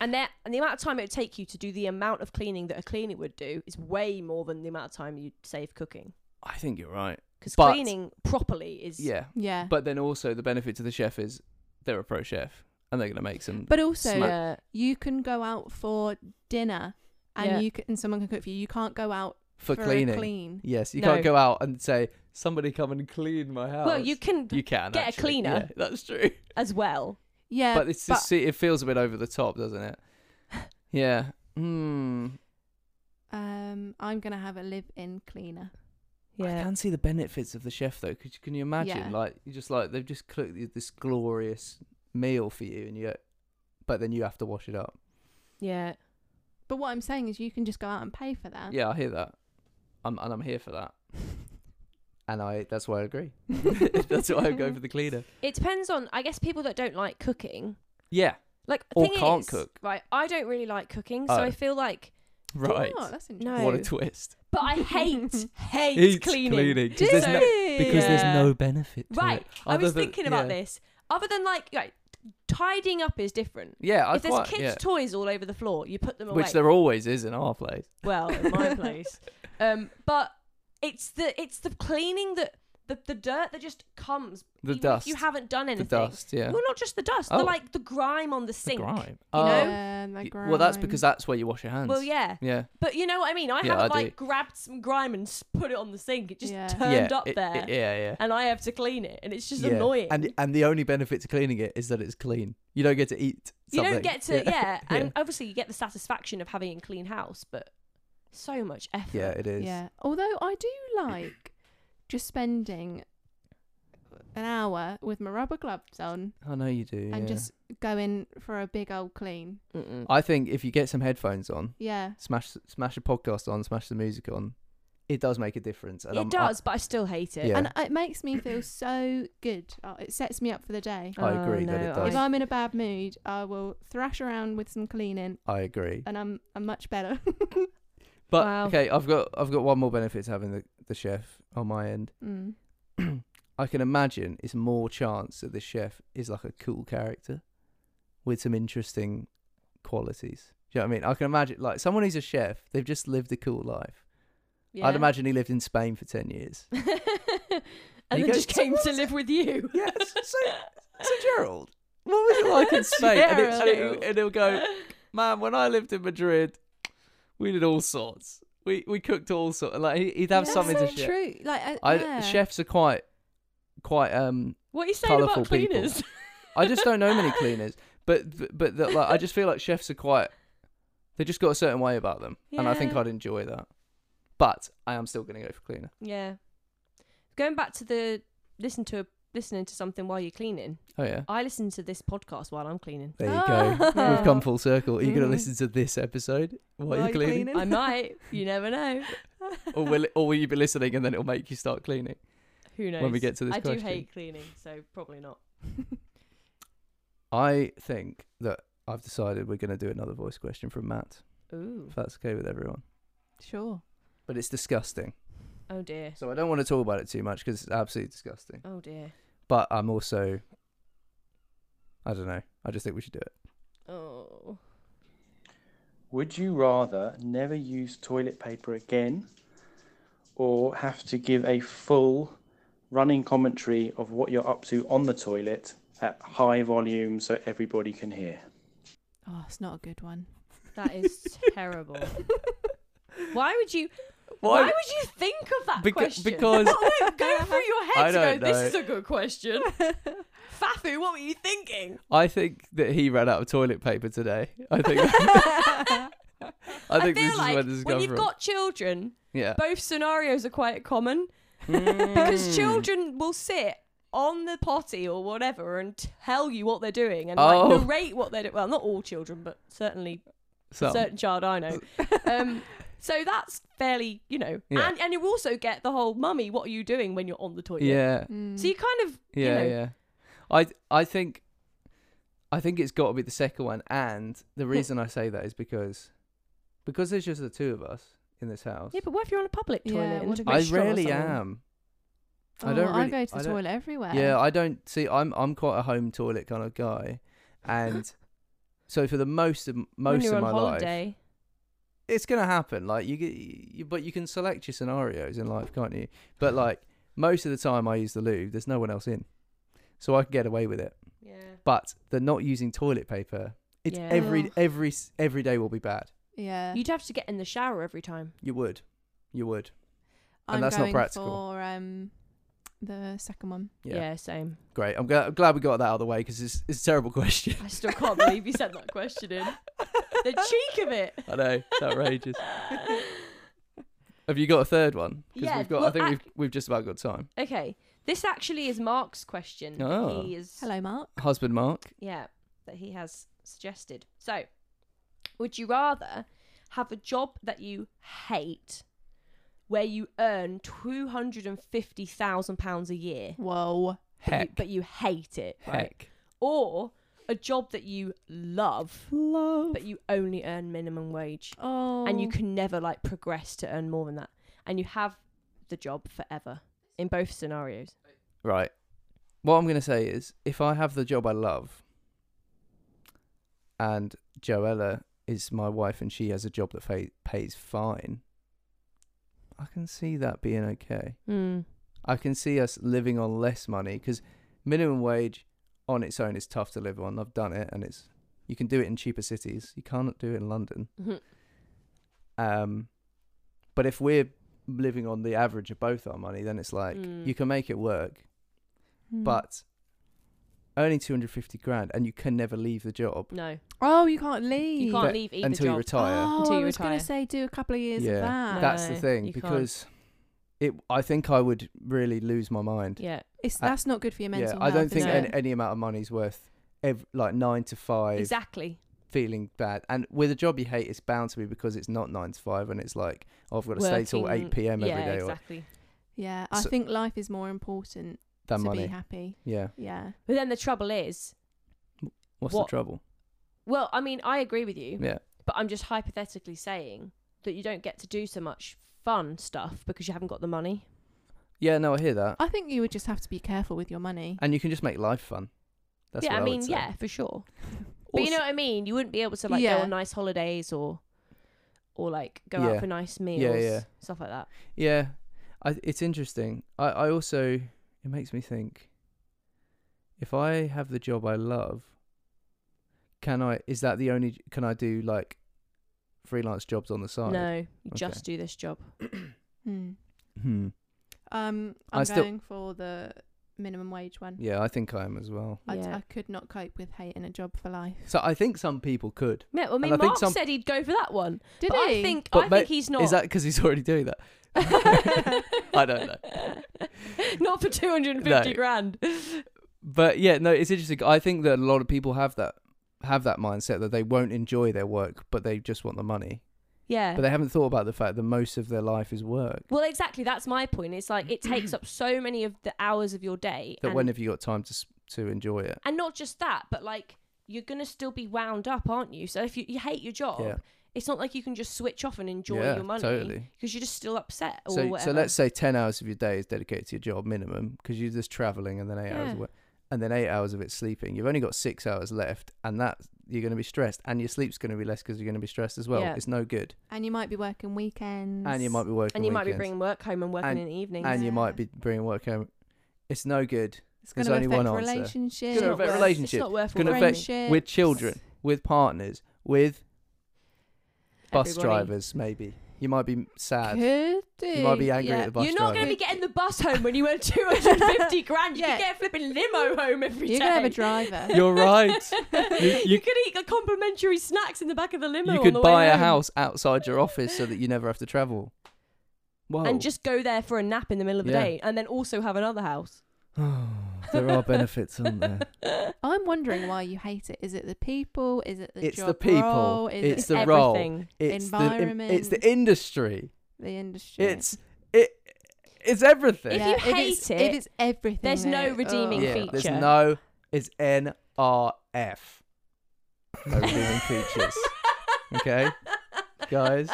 [SPEAKER 3] And that and the amount of time it would take you to do the amount of cleaning that a cleaner would do is way more than the amount of time you'd save cooking.
[SPEAKER 2] I think you're right.
[SPEAKER 3] Because
[SPEAKER 2] But-
[SPEAKER 3] cleaning properly is
[SPEAKER 2] Yeah.
[SPEAKER 1] Yeah.
[SPEAKER 2] But then also the benefit to the chef is they're a pro chef and they're going to make some.
[SPEAKER 1] But also,
[SPEAKER 2] Smack.
[SPEAKER 3] Yeah.
[SPEAKER 1] you can go out for dinner and
[SPEAKER 3] Yeah.
[SPEAKER 1] you can, and someone can cook for you. You can't go out
[SPEAKER 2] for
[SPEAKER 1] for a
[SPEAKER 2] cleaning.
[SPEAKER 1] clean.
[SPEAKER 2] Yes, you
[SPEAKER 3] No.
[SPEAKER 2] can't go out and say somebody come and clean my house.
[SPEAKER 3] Well, you can
[SPEAKER 2] You can
[SPEAKER 3] get a
[SPEAKER 2] actually.
[SPEAKER 3] cleaner. Uh,
[SPEAKER 2] Yeah, that's true.
[SPEAKER 3] as well.
[SPEAKER 1] Yeah,
[SPEAKER 2] but it's just, see, it feels a bit over the top, doesn't it? Yeah. Hmm.
[SPEAKER 1] um, I'm gonna have a live-in cleaner.
[SPEAKER 2] I
[SPEAKER 3] Yeah.
[SPEAKER 2] can see the benefits of the chef though. Could you, can you imagine?
[SPEAKER 1] Yeah.
[SPEAKER 2] Like you just like they've just cooked you this glorious meal for you, and you, go- but then you have to wash it up.
[SPEAKER 3] Yeah.
[SPEAKER 1] But what I'm saying is, you can just go out and pay for
[SPEAKER 3] Uh.
[SPEAKER 1] that.
[SPEAKER 2] Yeah, I hear that. I'm and I'm here for that. And I that's why I agree. that's why I'm going for the cleaner.
[SPEAKER 3] It depends on I guess people that don't like cooking.
[SPEAKER 2] Yeah.
[SPEAKER 3] Like
[SPEAKER 2] Or
[SPEAKER 3] thing
[SPEAKER 2] can't
[SPEAKER 3] is,
[SPEAKER 2] cook.
[SPEAKER 3] Right. I don't really like cooking, so
[SPEAKER 2] Oh.
[SPEAKER 3] I feel like
[SPEAKER 2] Right.
[SPEAKER 1] Oh, that's interesting.
[SPEAKER 3] No.
[SPEAKER 2] What a twist.
[SPEAKER 3] but I hate hate
[SPEAKER 2] Hates
[SPEAKER 3] cleaning.
[SPEAKER 2] 'cause there's no- because there's
[SPEAKER 3] Yeah.
[SPEAKER 2] no benefit. To
[SPEAKER 3] Right.
[SPEAKER 2] It.
[SPEAKER 3] I
[SPEAKER 2] other
[SPEAKER 3] was
[SPEAKER 2] than-
[SPEAKER 3] thinking about
[SPEAKER 2] yeah.
[SPEAKER 3] this. Other than like right, tidying up is different.
[SPEAKER 2] Yeah, I
[SPEAKER 3] if there's
[SPEAKER 2] Uh, quite,
[SPEAKER 3] kids'
[SPEAKER 2] yeah.
[SPEAKER 3] toys all over the floor, you put them away.
[SPEAKER 2] Which there always is in our place.
[SPEAKER 3] well in my place um but it's the it's the cleaning that the, the dirt that just comes.
[SPEAKER 2] The
[SPEAKER 3] even if you
[SPEAKER 2] dust.
[SPEAKER 3] haven't done
[SPEAKER 2] the
[SPEAKER 3] anything.
[SPEAKER 2] dust. Yeah.
[SPEAKER 3] Well, not just the dust.
[SPEAKER 2] Oh.
[SPEAKER 3] The like the grime on the sink.
[SPEAKER 5] Grime.
[SPEAKER 2] oh.
[SPEAKER 3] know?
[SPEAKER 1] Yeah, that
[SPEAKER 2] y- Well, that's
[SPEAKER 1] grime.
[SPEAKER 2] because that's where you wash your hands.
[SPEAKER 3] Well, yeah,
[SPEAKER 2] Yeah.
[SPEAKER 3] but you know what I mean. I
[SPEAKER 2] Yeah,
[SPEAKER 3] haven't
[SPEAKER 2] I do.
[SPEAKER 3] like grabbed some grime and s- put it on the sink. It just
[SPEAKER 1] Yeah.
[SPEAKER 3] turned
[SPEAKER 2] yeah,
[SPEAKER 3] up
[SPEAKER 2] it- it-
[SPEAKER 3] there,
[SPEAKER 2] yeah, yeah.
[SPEAKER 3] and I have to clean it, and it's just
[SPEAKER 2] Yeah.
[SPEAKER 3] annoying.
[SPEAKER 2] And and the only benefit to cleaning it is that it's clean. You don't get to eat.
[SPEAKER 3] you
[SPEAKER 2] Something.
[SPEAKER 3] don't get to yeah,
[SPEAKER 2] yeah.
[SPEAKER 3] and obviously you get the satisfaction of having a clean house, but so much effort.
[SPEAKER 2] Yeah, it is.
[SPEAKER 1] Yeah. Although I do like just spending an hour with my rubber gloves on
[SPEAKER 2] I know you do.
[SPEAKER 1] and
[SPEAKER 2] yeah.
[SPEAKER 1] just going for a big old clean.
[SPEAKER 3] Mm-mm.
[SPEAKER 2] I think if you get some headphones on,
[SPEAKER 1] Yeah.
[SPEAKER 2] smash smash a podcast on, smash the music on, it does make a difference. And
[SPEAKER 3] It
[SPEAKER 2] I'm- I-
[SPEAKER 3] does, but I still hate it.
[SPEAKER 2] Yeah.
[SPEAKER 1] And Uh, it makes me feel so good. Oh, it sets me up for the day.
[SPEAKER 2] I agree
[SPEAKER 3] Oh,
[SPEAKER 2] that it
[SPEAKER 3] no,
[SPEAKER 2] does.
[SPEAKER 1] If I'm in a bad mood, I will thrash around with some cleaning
[SPEAKER 2] I agree.
[SPEAKER 3] Uh,
[SPEAKER 1] and I'm I'm much better.
[SPEAKER 2] But
[SPEAKER 3] Wow.
[SPEAKER 2] okay, I've got I've got one more benefit to having the, the chef on my end.
[SPEAKER 1] mm.
[SPEAKER 2] I can imagine it's more chance that the chef is like a cool character with some interesting qualities. Do you know what I mean? I can imagine like someone who's a chef, they've just lived a cool life.
[SPEAKER 3] Yeah.
[SPEAKER 2] I'd imagine he lived in Spain for ten years.
[SPEAKER 3] and
[SPEAKER 2] You
[SPEAKER 3] then
[SPEAKER 2] go,
[SPEAKER 3] just
[SPEAKER 2] "So
[SPEAKER 3] came to
[SPEAKER 2] what's-
[SPEAKER 3] live with you.
[SPEAKER 2] Yes, so so Gerald. What was it like in Spain? And, it, and, it,
[SPEAKER 3] Gerald.
[SPEAKER 2] and he'll go, man, when I lived in Madrid, we did all sorts. We we cooked all sorts. Like he- he'd have
[SPEAKER 1] That's
[SPEAKER 2] something
[SPEAKER 1] so
[SPEAKER 2] to share.
[SPEAKER 1] true. Like uh,
[SPEAKER 2] I
[SPEAKER 1] yeah.
[SPEAKER 2] chefs are quite quite um.
[SPEAKER 3] What are you saying
[SPEAKER 2] Colourful
[SPEAKER 3] about
[SPEAKER 2] people.
[SPEAKER 3] cleaners?
[SPEAKER 2] I just don't know many cleaners, but but, but the, like I just feel like chefs are quite. They just got a certain way about them, and I think
[SPEAKER 3] Yeah.
[SPEAKER 2] I'd enjoy that. But I am still going to go for cleaner.
[SPEAKER 3] Yeah. Going back to the listen to a, listening to something while you're cleaning.
[SPEAKER 2] Oh yeah.
[SPEAKER 3] I listen to this podcast while I'm cleaning.
[SPEAKER 2] There you go. We've
[SPEAKER 1] Yeah.
[SPEAKER 2] come full circle. Are you going
[SPEAKER 1] Mhm.
[SPEAKER 2] to listen to this episode Mm. while
[SPEAKER 1] While
[SPEAKER 2] you're
[SPEAKER 1] you're
[SPEAKER 2] cleaning?
[SPEAKER 1] cleaning.
[SPEAKER 3] I might. You never know.
[SPEAKER 2] or will it, or will you be listening and then it'll make you start cleaning?
[SPEAKER 3] Who knows?
[SPEAKER 2] When we get to this
[SPEAKER 3] I
[SPEAKER 2] question.
[SPEAKER 3] do hate cleaning, so probably not.
[SPEAKER 2] I think that I've decided we're going to do another voice question from Matt,
[SPEAKER 3] Ooh.
[SPEAKER 2] if that's okay with everyone.
[SPEAKER 1] Sure.
[SPEAKER 2] But it's disgusting.
[SPEAKER 3] Oh dear.
[SPEAKER 2] So I don't want to talk about it too much because it's absolutely disgusting.
[SPEAKER 3] Oh dear.
[SPEAKER 2] But I'm also, I don't know. I just think we should do it.
[SPEAKER 3] Oh.
[SPEAKER 6] Would you rather never use toilet paper again or have to give a full running commentary of what you're up to on the toilet at high volume so everybody can hear?
[SPEAKER 1] Oh, it's not a good one.
[SPEAKER 3] That is terrible. Why would you? Why, would you think of that
[SPEAKER 2] Beca-
[SPEAKER 3] question?
[SPEAKER 2] because-
[SPEAKER 3] what went going through your head
[SPEAKER 2] I
[SPEAKER 3] to
[SPEAKER 2] don't
[SPEAKER 3] go, "This
[SPEAKER 2] know.
[SPEAKER 3] is a good question." Fafu, what were you thinking?
[SPEAKER 2] I think that he ran out of toilet paper today. I think. I think
[SPEAKER 3] feel
[SPEAKER 2] this
[SPEAKER 3] like
[SPEAKER 2] is where this is
[SPEAKER 3] when
[SPEAKER 2] coming
[SPEAKER 3] you've
[SPEAKER 2] from.
[SPEAKER 3] got children,
[SPEAKER 2] yeah.
[SPEAKER 3] both scenarios are quite common
[SPEAKER 2] Hmm.
[SPEAKER 3] because children will sit on the potty or whatever and tell you what they're doing and
[SPEAKER 2] Oh.
[SPEAKER 3] like narrate what they're doing. Well, not all children, but certainly
[SPEAKER 2] So,
[SPEAKER 3] certain child I know. um, so that's fairly, you know,
[SPEAKER 2] Yeah.
[SPEAKER 3] and and you also get the whole mummy. What are you doing when you're on the toilet?
[SPEAKER 2] yeah.
[SPEAKER 1] Mm.
[SPEAKER 3] So you kind of, you
[SPEAKER 2] Yeah,
[SPEAKER 3] know,
[SPEAKER 2] yeah. I I think I think it's got to be the second one, and the reason I say that is because because there's just the two of us in this house.
[SPEAKER 3] Yeah, but what if you're on a public
[SPEAKER 1] Yeah,
[SPEAKER 3] toilet? in
[SPEAKER 1] what
[SPEAKER 3] a
[SPEAKER 1] if-
[SPEAKER 2] I
[SPEAKER 3] restaurant or
[SPEAKER 2] rarely
[SPEAKER 3] something?
[SPEAKER 2] am.
[SPEAKER 1] oh,
[SPEAKER 2] I don't really.
[SPEAKER 1] go to
[SPEAKER 2] I
[SPEAKER 1] the
[SPEAKER 2] don't-
[SPEAKER 1] toilet everywhere.
[SPEAKER 3] Um,
[SPEAKER 2] Yeah, I don't see. I'm I'm quite a home toilet kind of guy, and so for the most of
[SPEAKER 3] when
[SPEAKER 2] most
[SPEAKER 3] you're
[SPEAKER 2] of my
[SPEAKER 3] on
[SPEAKER 2] life,
[SPEAKER 3] holiday.
[SPEAKER 2] it's gonna happen. Like you, get, you, but you can select your scenarios in life, can't you? But like most of the time, I use the loo. There's no one else in, so I can get away with it.
[SPEAKER 3] Yeah.
[SPEAKER 2] but the not using toilet paper it's
[SPEAKER 3] Yeah.
[SPEAKER 2] every
[SPEAKER 1] Ugh.
[SPEAKER 2] every s- every day will be bad
[SPEAKER 1] yeah.
[SPEAKER 3] You'd have to get in the shower every time.
[SPEAKER 2] you would you would
[SPEAKER 1] I'm
[SPEAKER 2] that's not
[SPEAKER 1] going
[SPEAKER 2] practical.
[SPEAKER 1] For um, the second one.
[SPEAKER 2] Yeah.
[SPEAKER 3] Yeah, same.
[SPEAKER 2] great i'm, gl- I'm glad we got that out of the way because it's, it's a terrible question
[SPEAKER 3] I still can't believe you sent that question in. The cheek of it.
[SPEAKER 2] i know it's outrageous have you got a third one
[SPEAKER 3] Yeah,
[SPEAKER 2] we've got i
[SPEAKER 3] well,
[SPEAKER 2] think
[SPEAKER 3] I-
[SPEAKER 2] we've, we've just about got time
[SPEAKER 3] okay, this actually is Mark's question. that
[SPEAKER 2] Oh.
[SPEAKER 3] He is,
[SPEAKER 1] Hello, Mark.
[SPEAKER 2] husband mark
[SPEAKER 3] Yeah, that he has suggested. So, would you rather have a job that you hate where you earn £250,000 a year?
[SPEAKER 1] Whoa.
[SPEAKER 2] heck
[SPEAKER 3] But you hate it, right?
[SPEAKER 2] heck
[SPEAKER 3] Or a job that you love,
[SPEAKER 2] love
[SPEAKER 3] but you only earn minimum wage
[SPEAKER 1] Oh.
[SPEAKER 3] and you can never like progress to earn more than that. And you have the job forever in both scenarios.
[SPEAKER 2] right what i'm going to say is if i have the job i love and joella is my wife and she has a job that fa- pays fine i can see that being okay I can see us living on less money because minimum wage on its own is tough to live on. I've done it, and it's you can do it in cheaper cities. You can't do it in London.
[SPEAKER 3] Mhm.
[SPEAKER 2] Um, but if we're living on the average of both our money, then it's like
[SPEAKER 3] Mm.
[SPEAKER 2] you can make it work,
[SPEAKER 1] Hmm.
[SPEAKER 2] but earning two hundred fifty grand and you can never leave the job
[SPEAKER 3] No,
[SPEAKER 1] oh, you can't leave.
[SPEAKER 3] you
[SPEAKER 2] But
[SPEAKER 3] can't leave either
[SPEAKER 2] until you
[SPEAKER 3] job.
[SPEAKER 2] retire.
[SPEAKER 1] Oh,
[SPEAKER 3] Until
[SPEAKER 1] I
[SPEAKER 3] you
[SPEAKER 1] was going
[SPEAKER 3] retire.
[SPEAKER 1] to say do a couple of years
[SPEAKER 2] Yeah,
[SPEAKER 1] of that.
[SPEAKER 3] that-
[SPEAKER 2] That's
[SPEAKER 3] No,
[SPEAKER 2] the thing
[SPEAKER 3] you can't.
[SPEAKER 2] because it. I think I would really lose my mind.
[SPEAKER 3] yeah,
[SPEAKER 1] it's,
[SPEAKER 2] I-
[SPEAKER 1] that's not good for your mental
[SPEAKER 2] yeah,
[SPEAKER 1] health.
[SPEAKER 2] I don't think
[SPEAKER 1] is
[SPEAKER 3] no.
[SPEAKER 2] any,
[SPEAKER 1] it?
[SPEAKER 2] any amount of money's worth ev- like nine to five
[SPEAKER 3] exactly.
[SPEAKER 2] feeling bad. And with a job you hate, it's bound to be because it's not nine to five and it's like oh, I've got to stay till
[SPEAKER 3] Working-
[SPEAKER 2] eight p.m. every day
[SPEAKER 3] Yeah,
[SPEAKER 2] or
[SPEAKER 3] exactly.
[SPEAKER 1] Yeah, I
[SPEAKER 2] So-
[SPEAKER 1] think life is more important
[SPEAKER 2] that
[SPEAKER 1] to
[SPEAKER 2] money.
[SPEAKER 1] be happy.
[SPEAKER 2] Yeah,
[SPEAKER 1] Yeah.
[SPEAKER 3] But then the trouble is,
[SPEAKER 2] what's
[SPEAKER 3] What-
[SPEAKER 2] the trouble?
[SPEAKER 3] well, I mean, I agree with you,
[SPEAKER 2] Yeah,
[SPEAKER 3] but I'm just hypothetically saying that you don't get to do so much fun stuff because you haven't got the money.
[SPEAKER 2] yeah. No, I hear that,
[SPEAKER 1] I think you would just have to be careful with your money.
[SPEAKER 2] and you can just make life fun. That's
[SPEAKER 3] yeah,
[SPEAKER 2] what
[SPEAKER 3] I
[SPEAKER 2] would
[SPEAKER 3] mean,
[SPEAKER 2] say.
[SPEAKER 3] yeah, for sure. But you know what I mean. You wouldn't be able to like
[SPEAKER 1] Yeah.
[SPEAKER 3] go on nice holidays or, or like go
[SPEAKER 2] Yeah.
[SPEAKER 3] out for nice meals,
[SPEAKER 2] Yeah, yeah.
[SPEAKER 3] stuff like that.
[SPEAKER 2] Yeah, I, it's interesting. I, I also it makes me think. If I have the job I love, can I? Is that the only? Can I do like freelance jobs on the side?
[SPEAKER 3] No, you just do this job.
[SPEAKER 1] Hmm.
[SPEAKER 2] Hmm.
[SPEAKER 1] Um,
[SPEAKER 2] I
[SPEAKER 1] I'm
[SPEAKER 2] still-
[SPEAKER 1] going for the minimum wage one.
[SPEAKER 2] Yeah, I think I am as well.
[SPEAKER 1] I,
[SPEAKER 3] Yeah.
[SPEAKER 1] I could not cope with hating a job for life.
[SPEAKER 2] So I think some people could.
[SPEAKER 3] Yeah, well, I mean,
[SPEAKER 2] I think
[SPEAKER 3] Mark
[SPEAKER 2] some-
[SPEAKER 3] said he'd go for that one.
[SPEAKER 1] Did
[SPEAKER 3] but
[SPEAKER 1] he?
[SPEAKER 3] I think
[SPEAKER 2] But
[SPEAKER 3] I
[SPEAKER 2] ma-
[SPEAKER 3] think he's not.
[SPEAKER 2] Is that because he's already doing that? I don't know.
[SPEAKER 3] not for 250
[SPEAKER 2] No.
[SPEAKER 3] grand.
[SPEAKER 2] But yeah, no, it's interesting. I think that a lot of people have that have that mindset that they won't enjoy their work, but they just want the money.
[SPEAKER 3] Yeah.
[SPEAKER 2] But they haven't thought about the fact that most of their life is work.
[SPEAKER 3] well, exactly. That's my point. It's like it takes up so many of the hours of your day.
[SPEAKER 2] That
[SPEAKER 3] and,
[SPEAKER 2] when have you got time to s- to enjoy it?
[SPEAKER 3] and not just that, but like you're going to still be wound up, aren't you? So if you, you hate your job,
[SPEAKER 2] Yeah.
[SPEAKER 3] it's not like you can just switch off and enjoy
[SPEAKER 2] Yeah,
[SPEAKER 3] your money
[SPEAKER 2] totally.
[SPEAKER 3] because you're just still upset or
[SPEAKER 2] So
[SPEAKER 3] whatever.
[SPEAKER 2] so let's say ten hours of your day is dedicated to your job minimum because you're just traveling and then eight hours
[SPEAKER 3] Yeah.
[SPEAKER 2] of work and then eight hours of it sleeping. You've only got six hours left, and that you're going to be stressed, and your sleep's going to be less because you're going to be stressed as well.
[SPEAKER 3] Yeah. Mm.
[SPEAKER 2] It's no good,
[SPEAKER 1] and you might be working weekends.
[SPEAKER 2] and you might be working.
[SPEAKER 3] and you might be
[SPEAKER 2] weekends.
[SPEAKER 3] bringing work home and working
[SPEAKER 2] And-
[SPEAKER 3] in the evenings.
[SPEAKER 2] and you
[SPEAKER 1] Yeah.
[SPEAKER 2] might be bringing work home. It's no good.
[SPEAKER 1] It's
[SPEAKER 2] there's
[SPEAKER 1] going to
[SPEAKER 2] only
[SPEAKER 1] affect
[SPEAKER 2] one answer.
[SPEAKER 1] relationships.
[SPEAKER 2] It's gonna
[SPEAKER 3] not
[SPEAKER 2] affect
[SPEAKER 3] worth-
[SPEAKER 2] relationships.
[SPEAKER 3] It's not worth
[SPEAKER 2] It's gonna
[SPEAKER 3] all
[SPEAKER 2] affect
[SPEAKER 3] the-
[SPEAKER 2] With children, with partners, with bus
[SPEAKER 3] Everybody.
[SPEAKER 2] drivers, maybe you might be sad.
[SPEAKER 1] Could do.
[SPEAKER 2] You might be angry at the bus
[SPEAKER 3] You're not going
[SPEAKER 2] driver.
[SPEAKER 3] to be getting the bus home when you earn 250 grand. You
[SPEAKER 1] Yeah.
[SPEAKER 3] can get a flipping limo home every
[SPEAKER 1] You're going to have a
[SPEAKER 3] day.
[SPEAKER 1] driver.
[SPEAKER 2] You're right. You-
[SPEAKER 3] you,
[SPEAKER 2] you-
[SPEAKER 3] could eat like, complimentary snacks in the back of the limo.
[SPEAKER 2] you
[SPEAKER 3] on
[SPEAKER 2] could
[SPEAKER 3] the way
[SPEAKER 2] buy a
[SPEAKER 3] home
[SPEAKER 2] house outside your office so that you never have to travel. Whoa.
[SPEAKER 3] and just go there for a nap in the middle of the
[SPEAKER 2] Yeah.
[SPEAKER 3] day, and then also have another house.
[SPEAKER 2] there are benefits, aren't there?
[SPEAKER 1] I'm wondering why you hate it. Is it the people? Is it the
[SPEAKER 2] It's the
[SPEAKER 1] job
[SPEAKER 2] people.
[SPEAKER 1] role? Is
[SPEAKER 2] It's
[SPEAKER 1] it
[SPEAKER 2] the role.
[SPEAKER 3] Everything.
[SPEAKER 2] It's the im- it's
[SPEAKER 1] Environment.
[SPEAKER 2] the industry.
[SPEAKER 1] the industry?
[SPEAKER 2] It's it it's everything.
[SPEAKER 3] If you
[SPEAKER 1] it's,
[SPEAKER 3] hate
[SPEAKER 1] if
[SPEAKER 3] it,
[SPEAKER 1] it's everything, oh.
[SPEAKER 3] there's no
[SPEAKER 1] though,
[SPEAKER 3] redeeming
[SPEAKER 1] ugh.
[SPEAKER 2] yeah,
[SPEAKER 3] feature.
[SPEAKER 2] there's no it's NRF. No redeeming features. Okay? Guys.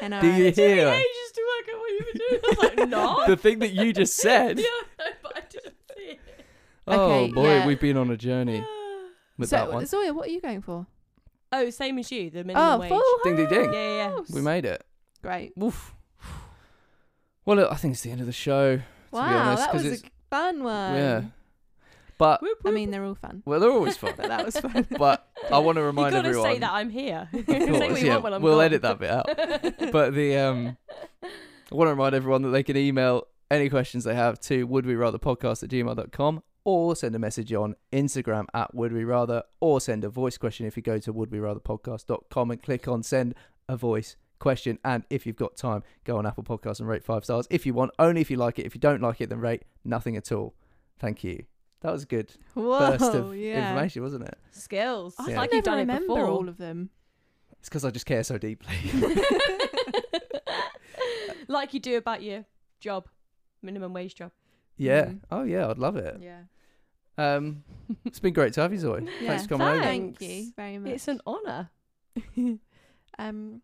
[SPEAKER 1] NRF.
[SPEAKER 2] Do you
[SPEAKER 3] It took me
[SPEAKER 2] hear?
[SPEAKER 3] ages to work out what you were doing. I was like, no.
[SPEAKER 2] The thing that you just said.
[SPEAKER 3] yeah, no, but I didn't see it.
[SPEAKER 2] Oh
[SPEAKER 1] Okay,
[SPEAKER 2] boy,
[SPEAKER 1] yeah.
[SPEAKER 2] we've been on a journey with
[SPEAKER 1] so,
[SPEAKER 2] that one.
[SPEAKER 1] Zoya, what are you going for?
[SPEAKER 3] Oh, same as you. The minimum
[SPEAKER 1] Oh,
[SPEAKER 3] wage.
[SPEAKER 1] full
[SPEAKER 2] Ding, ding, ding.
[SPEAKER 3] Yeah, yeah, yeah.
[SPEAKER 1] house.
[SPEAKER 2] We made it.
[SPEAKER 1] Great.
[SPEAKER 2] Woof. Well, look, I think it's the end of the show.
[SPEAKER 1] Wow,
[SPEAKER 2] honest,
[SPEAKER 1] that
[SPEAKER 2] 'cause
[SPEAKER 1] was a
[SPEAKER 2] it's-
[SPEAKER 1] fun one.
[SPEAKER 2] yeah. But
[SPEAKER 3] Whoop,
[SPEAKER 1] I
[SPEAKER 3] whoop.
[SPEAKER 1] mean, they're all fun.
[SPEAKER 2] well, they're always fun.
[SPEAKER 1] But that was fun.
[SPEAKER 2] but I want to remind
[SPEAKER 3] you gotta
[SPEAKER 2] everyone.
[SPEAKER 3] say that I'm here.
[SPEAKER 2] Of
[SPEAKER 3] Of
[SPEAKER 2] course, yeah, we'll edit that bit out. but the um, I want to remind everyone that they can email any questions they have to would we rather podcast at gmail.com or send a message on Instagram at would we rather or send a voice question if you go to would we rather podcast.com and click on send a voice question. And if you've got time, go on Apple Podcasts and rate five stars if you want, only if you like it. If you don't like it, then rate nothing at all. Thank you. That was a good
[SPEAKER 1] Whoa,
[SPEAKER 2] burst of
[SPEAKER 1] yeah.
[SPEAKER 2] information, wasn't it?
[SPEAKER 3] Skills.
[SPEAKER 1] I
[SPEAKER 2] Yeah.
[SPEAKER 1] can
[SPEAKER 3] Like
[SPEAKER 1] never
[SPEAKER 3] you've done
[SPEAKER 1] remember
[SPEAKER 3] it before.
[SPEAKER 1] all of them.
[SPEAKER 2] It's because I just care so deeply.
[SPEAKER 3] like you do about your job, minimum wage job.
[SPEAKER 2] Yeah.
[SPEAKER 1] Mhm.
[SPEAKER 2] Oh, yeah. I'd love it.
[SPEAKER 1] Yeah.
[SPEAKER 2] Um, it's been great to have you, Zoe. Thanks for coming over.
[SPEAKER 1] Thank
[SPEAKER 3] Thanks.
[SPEAKER 1] you very much.
[SPEAKER 3] It's an honour.
[SPEAKER 1] um,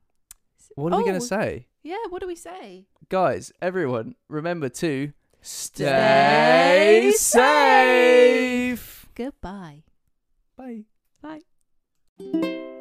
[SPEAKER 1] s-
[SPEAKER 2] What are we going
[SPEAKER 1] oh,
[SPEAKER 2] to say?
[SPEAKER 1] Yeah, what do we say?
[SPEAKER 2] Guys, everyone, remember to
[SPEAKER 1] Stay
[SPEAKER 2] stay safe.
[SPEAKER 1] Goodbye.
[SPEAKER 2] Bye.
[SPEAKER 3] Bye.